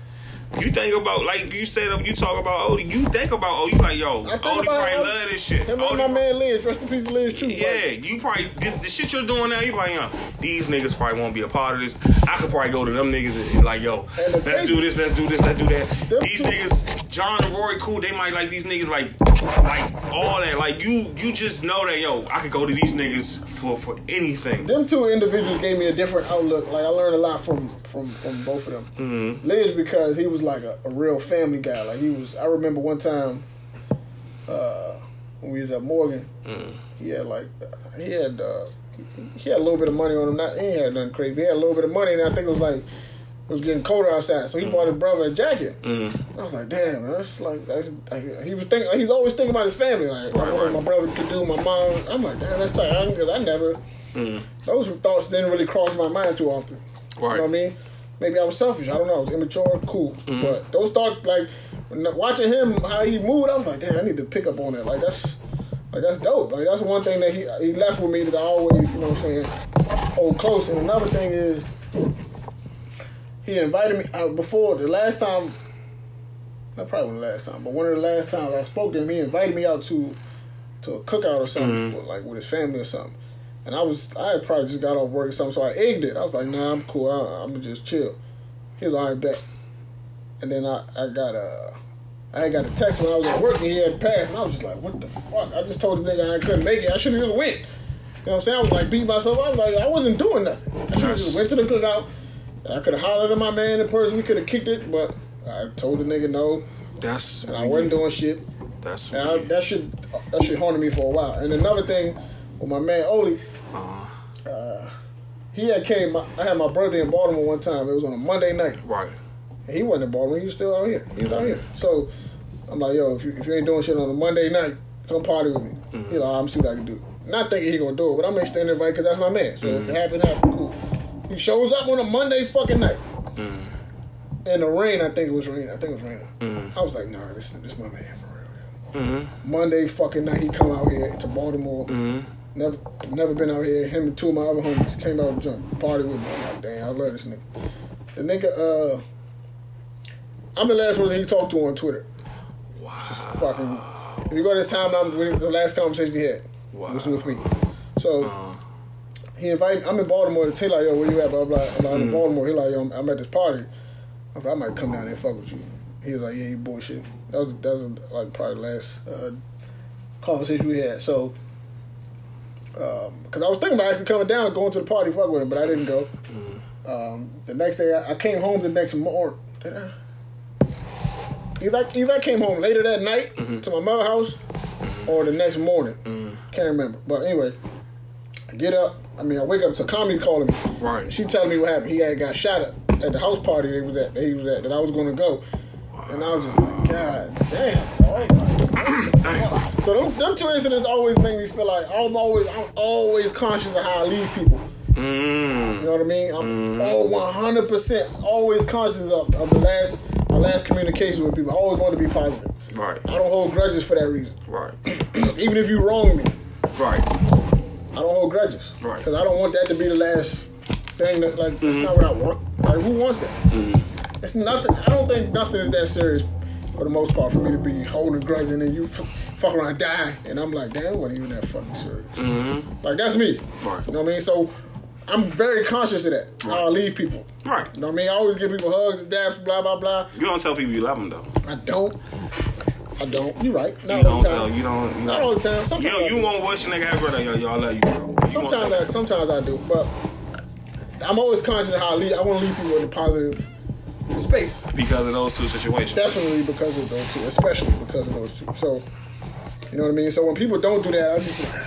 A: You think about, like you said, you talk about Odie. You think about Odie, you like, yo,
B: I think
A: Odie
B: about
A: probably
B: Odie.
A: love this shit. Odie
B: Him and my
A: probably-
B: man Liz, rest in peace, Liz too. Like,
A: Yeah, you probably the, the shit you're doing now. You probably young. These niggas probably won't be a part of this. I could probably go to them niggas and, and like, yo,
B: And the
A: let's
B: thing-
A: do this, let's do this, let's do that.
B: Them
A: These
B: two-
A: niggas, John and Rory, cool. They might like these niggas, like, like all that. Like you, you just know that, yo, I could go to these niggas for for anything.
B: them two individuals gave me a different outlook. Like I learned a lot from from from both of them.
A: Mm-hmm.
B: mm Liz because he was like a, a real family guy. Like he was. I remember one time uh, when we was at Morgan,
A: Mm.
B: he had like he had uh, he had a little bit of money on him. Not he ain't had nothing crazy. He had a little bit of money, and I think it was like it was getting colder outside, so
A: Mm.
B: he bought his brother a jacket. I was like, damn, man, that's like that's like, he was thinking. Like, he's always thinking about his family, like
A: Right,
B: what
A: right.
B: my brother could do, my mom. I'm like, damn, that's tight. Because I never those thoughts didn't really cross my mind too often. You know what I mean? Maybe I was selfish. I don't know. I was immature, cool. But those thoughts, like when- watching him how he moved, I was like, damn, I need to pick up on that. Like that's, like that's dope. Like that's one thing that he he left with me that I always, you know, what I'm saying, hold close. And another thing is, he invited me uh, before the last time. Not probably the last time, but one of the last times I spoke to him, he invited me out to to a cookout or something, for, like with his family or something. And I was, I had probably just got off work or something, so I egged it. I was like, nah, I'm cool. I, I'm gonna just chill. He was alright back. And then I, I got a, I had got a text when I was at work and he had passed, and I was just like, what the fuck? I just told this nigga I couldn't make it. I should have just went. You know what I'm saying? I was like beat myself. I was like, I wasn't doing nothing. I should have
A: Nice.
B: just went to the cookout. I could have hollered at my man in person. We could have kicked it, but I told the nigga no,
A: That's
B: and I wasn't doing shit.
A: that's
B: And I, that should that should haunted me for a while. And another thing with my man Oli, uh, he had came. I had my birthday in Baltimore one time. It was on a Monday night.
A: right.
B: And he wasn't in Baltimore. He was still out here. He was out here. So I'm like, yo, if you, if you ain't doing shit on a Monday night, come party with me. He's like, I'm see what I can do. Not thinking he gonna do it, but I'm extending invite because that's my man. So if it happened, happened. Cool. He shows up on a Monday fucking night. In the rain, I think it was raining. I think it was raining. I was like, nah, this this my man for real. yo. Monday fucking night, he come out here to Baltimore. Never, never been out here. Him and two of my other homies came out and joint party with me. I'm like, damn, I love this nigga. The nigga, uh, I'm the last person he talked to on Twitter.
A: Wow.
B: Fucking, if you go to this time, I'm the last conversation he had
A: Wow. Uh-huh.
B: was with me. So he invited. I'm in Baltimore. The tail like, yo, where you at? Blah blah. blah. I'm like,
A: Mm.
B: in Baltimore. He like, yo, I'm, I'm at this party. I was like, I might come down there and fuck with you. He was like, yeah, you bullshit. That was that was like probably the last uh, conversation we had. So, because I was thinking about actually coming down, and going to the party, fuck with him, but I didn't go. Um, the next day, I, I came home. The next morning, did I? Either I, either I came home later that night to my mother's house, or the next morning. Can't remember. But anyway, I get up. I mean, I wake up to comedy calling me.
A: Right.
B: She telling me what happened. He had got shot at at the house party they was at. That he was at that I was going to go, and I was just like, God damn. dog."
A: Dang.
B: So them, them two incidents always make me feel like I'm always I'm always conscious of how I leave people. You
A: Mm.
B: know what I mean? I'm all 100 percent always conscious of, of the last my last communication with people. I always want to be positive.
A: Right.
B: I don't hold grudges for that reason. *clears throat*
A: Right.
B: Even if you wrong me,
A: Right.
B: I don't hold grudges.
A: Right. Mm-hmm.
B: Because I don't want that to be the last thing. That, like that's not what I want. Like who wants that? It's nothing. I don't think nothing is that serious for the most part for me to be holding grudges and then you f- fuck around and die and I'm like, damn, what are you that fucking serious?
A: Mm-hmm.
B: Like that's me.
A: Right.
B: You know what I mean? So I'm very conscious of that. How I leave people.
A: Right.
B: You know what I mean? I always give people hugs and daps, blah blah blah.
A: You don't tell people you love them though.
B: I don't. I don't. You're right. Not
A: You
B: all
A: don't
B: the
A: tell.
B: time.
A: You don't. You
B: Not all the time. Sometimes
A: You,
B: I
A: you
B: do.
A: won't wish a nigga happy birthday. Yo, yo, I love you, bro. You won't
B: Sometimes
A: say-
B: I sometimes I do, but I'm always conscious of how I leave. I want to leave people in a positive space.
A: because of those two situations.
B: Definitely because of those two, especially because of those two. So, you know what I mean. So when people don't do that, I just be like,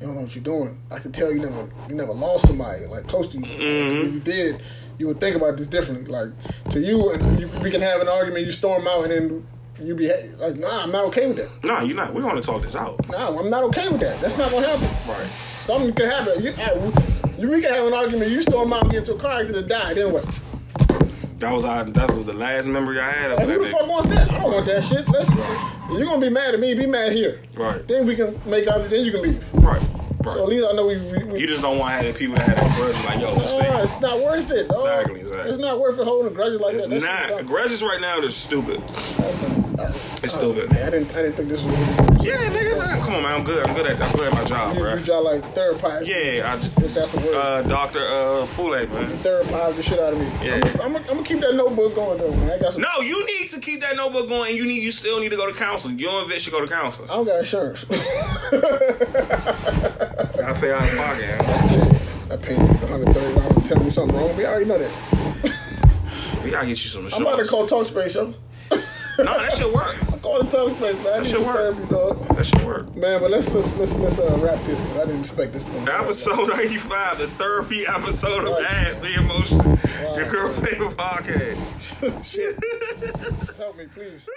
B: you don't know what you're doing. I can tell you never you never lost somebody like close to you. If you did, you would think about this differently. Like to you, and you, we can have an argument. You storm out, and then you be like, nah, I'm not okay with that.
A: no, you're not. We want to talk this out.
B: Nah, I'm not okay with that. That's not gonna happen.
A: Right.
B: Something could happen. You, I, you, we can have an argument. You storm out and get into a car accident and die. Then what?
A: That was our, that was the last memory I had of
B: Like,
A: that
B: who the
A: day.
B: fuck wants that? I don't want that shit. Let's, You're gonna be mad at me. Be mad here.
A: Right.
B: Then we can make out. Then you can leave.
A: Right. Right.
B: So at least I know we. we, we
A: you just don't want to have the people that have that grudge like, yo, this
B: Ah,
A: thing.
B: it's not worth it. dawg.
A: Exactly, exactly.
B: It's not worth it holding grudges like
A: It's
B: that. That
A: not.
B: shit's dumb.
A: Grudges right now is stupid. It's stupid.
B: Oh, Man, I didn't. I didn't think this was. Really
A: Yeah, nigga. nah, Come on, man. I'm good. I'm good at. I'm good at my job,
B: You,
A: bro.
B: you got like third pipe.
A: Yeah, I.
B: If that's a word.
A: Uh, Doctor uh, Fulak, man.
B: third pipe the shit out of me.
A: Yeah.
B: I'm, I'm, I'm gonna keep that notebook going though, man. I got some.
A: No, you need to keep that notebook going. and You need. You still need to go to counseling. You and Vic should go to counseling.
B: I don't got insurance. *laughs*
A: I pay out of pocket.
B: I paid $130 to tell me something wrong. We already know that.
A: man. We gotta get you some insurance.
B: I'm about to call Talkspace, yo.
A: No, that shit work.
B: Call the Talkspace, man. I need
A: shit
B: some
A: work.
B: therapy, dog.
A: That shit work.
B: Man, but let's let's let's, let's uh, wrap this. 'cause I didn't expect this. To go
A: Episode 95, the therapy episode of Add the Emotion, your girl favorite podcast.
B: Shit. Help me, please.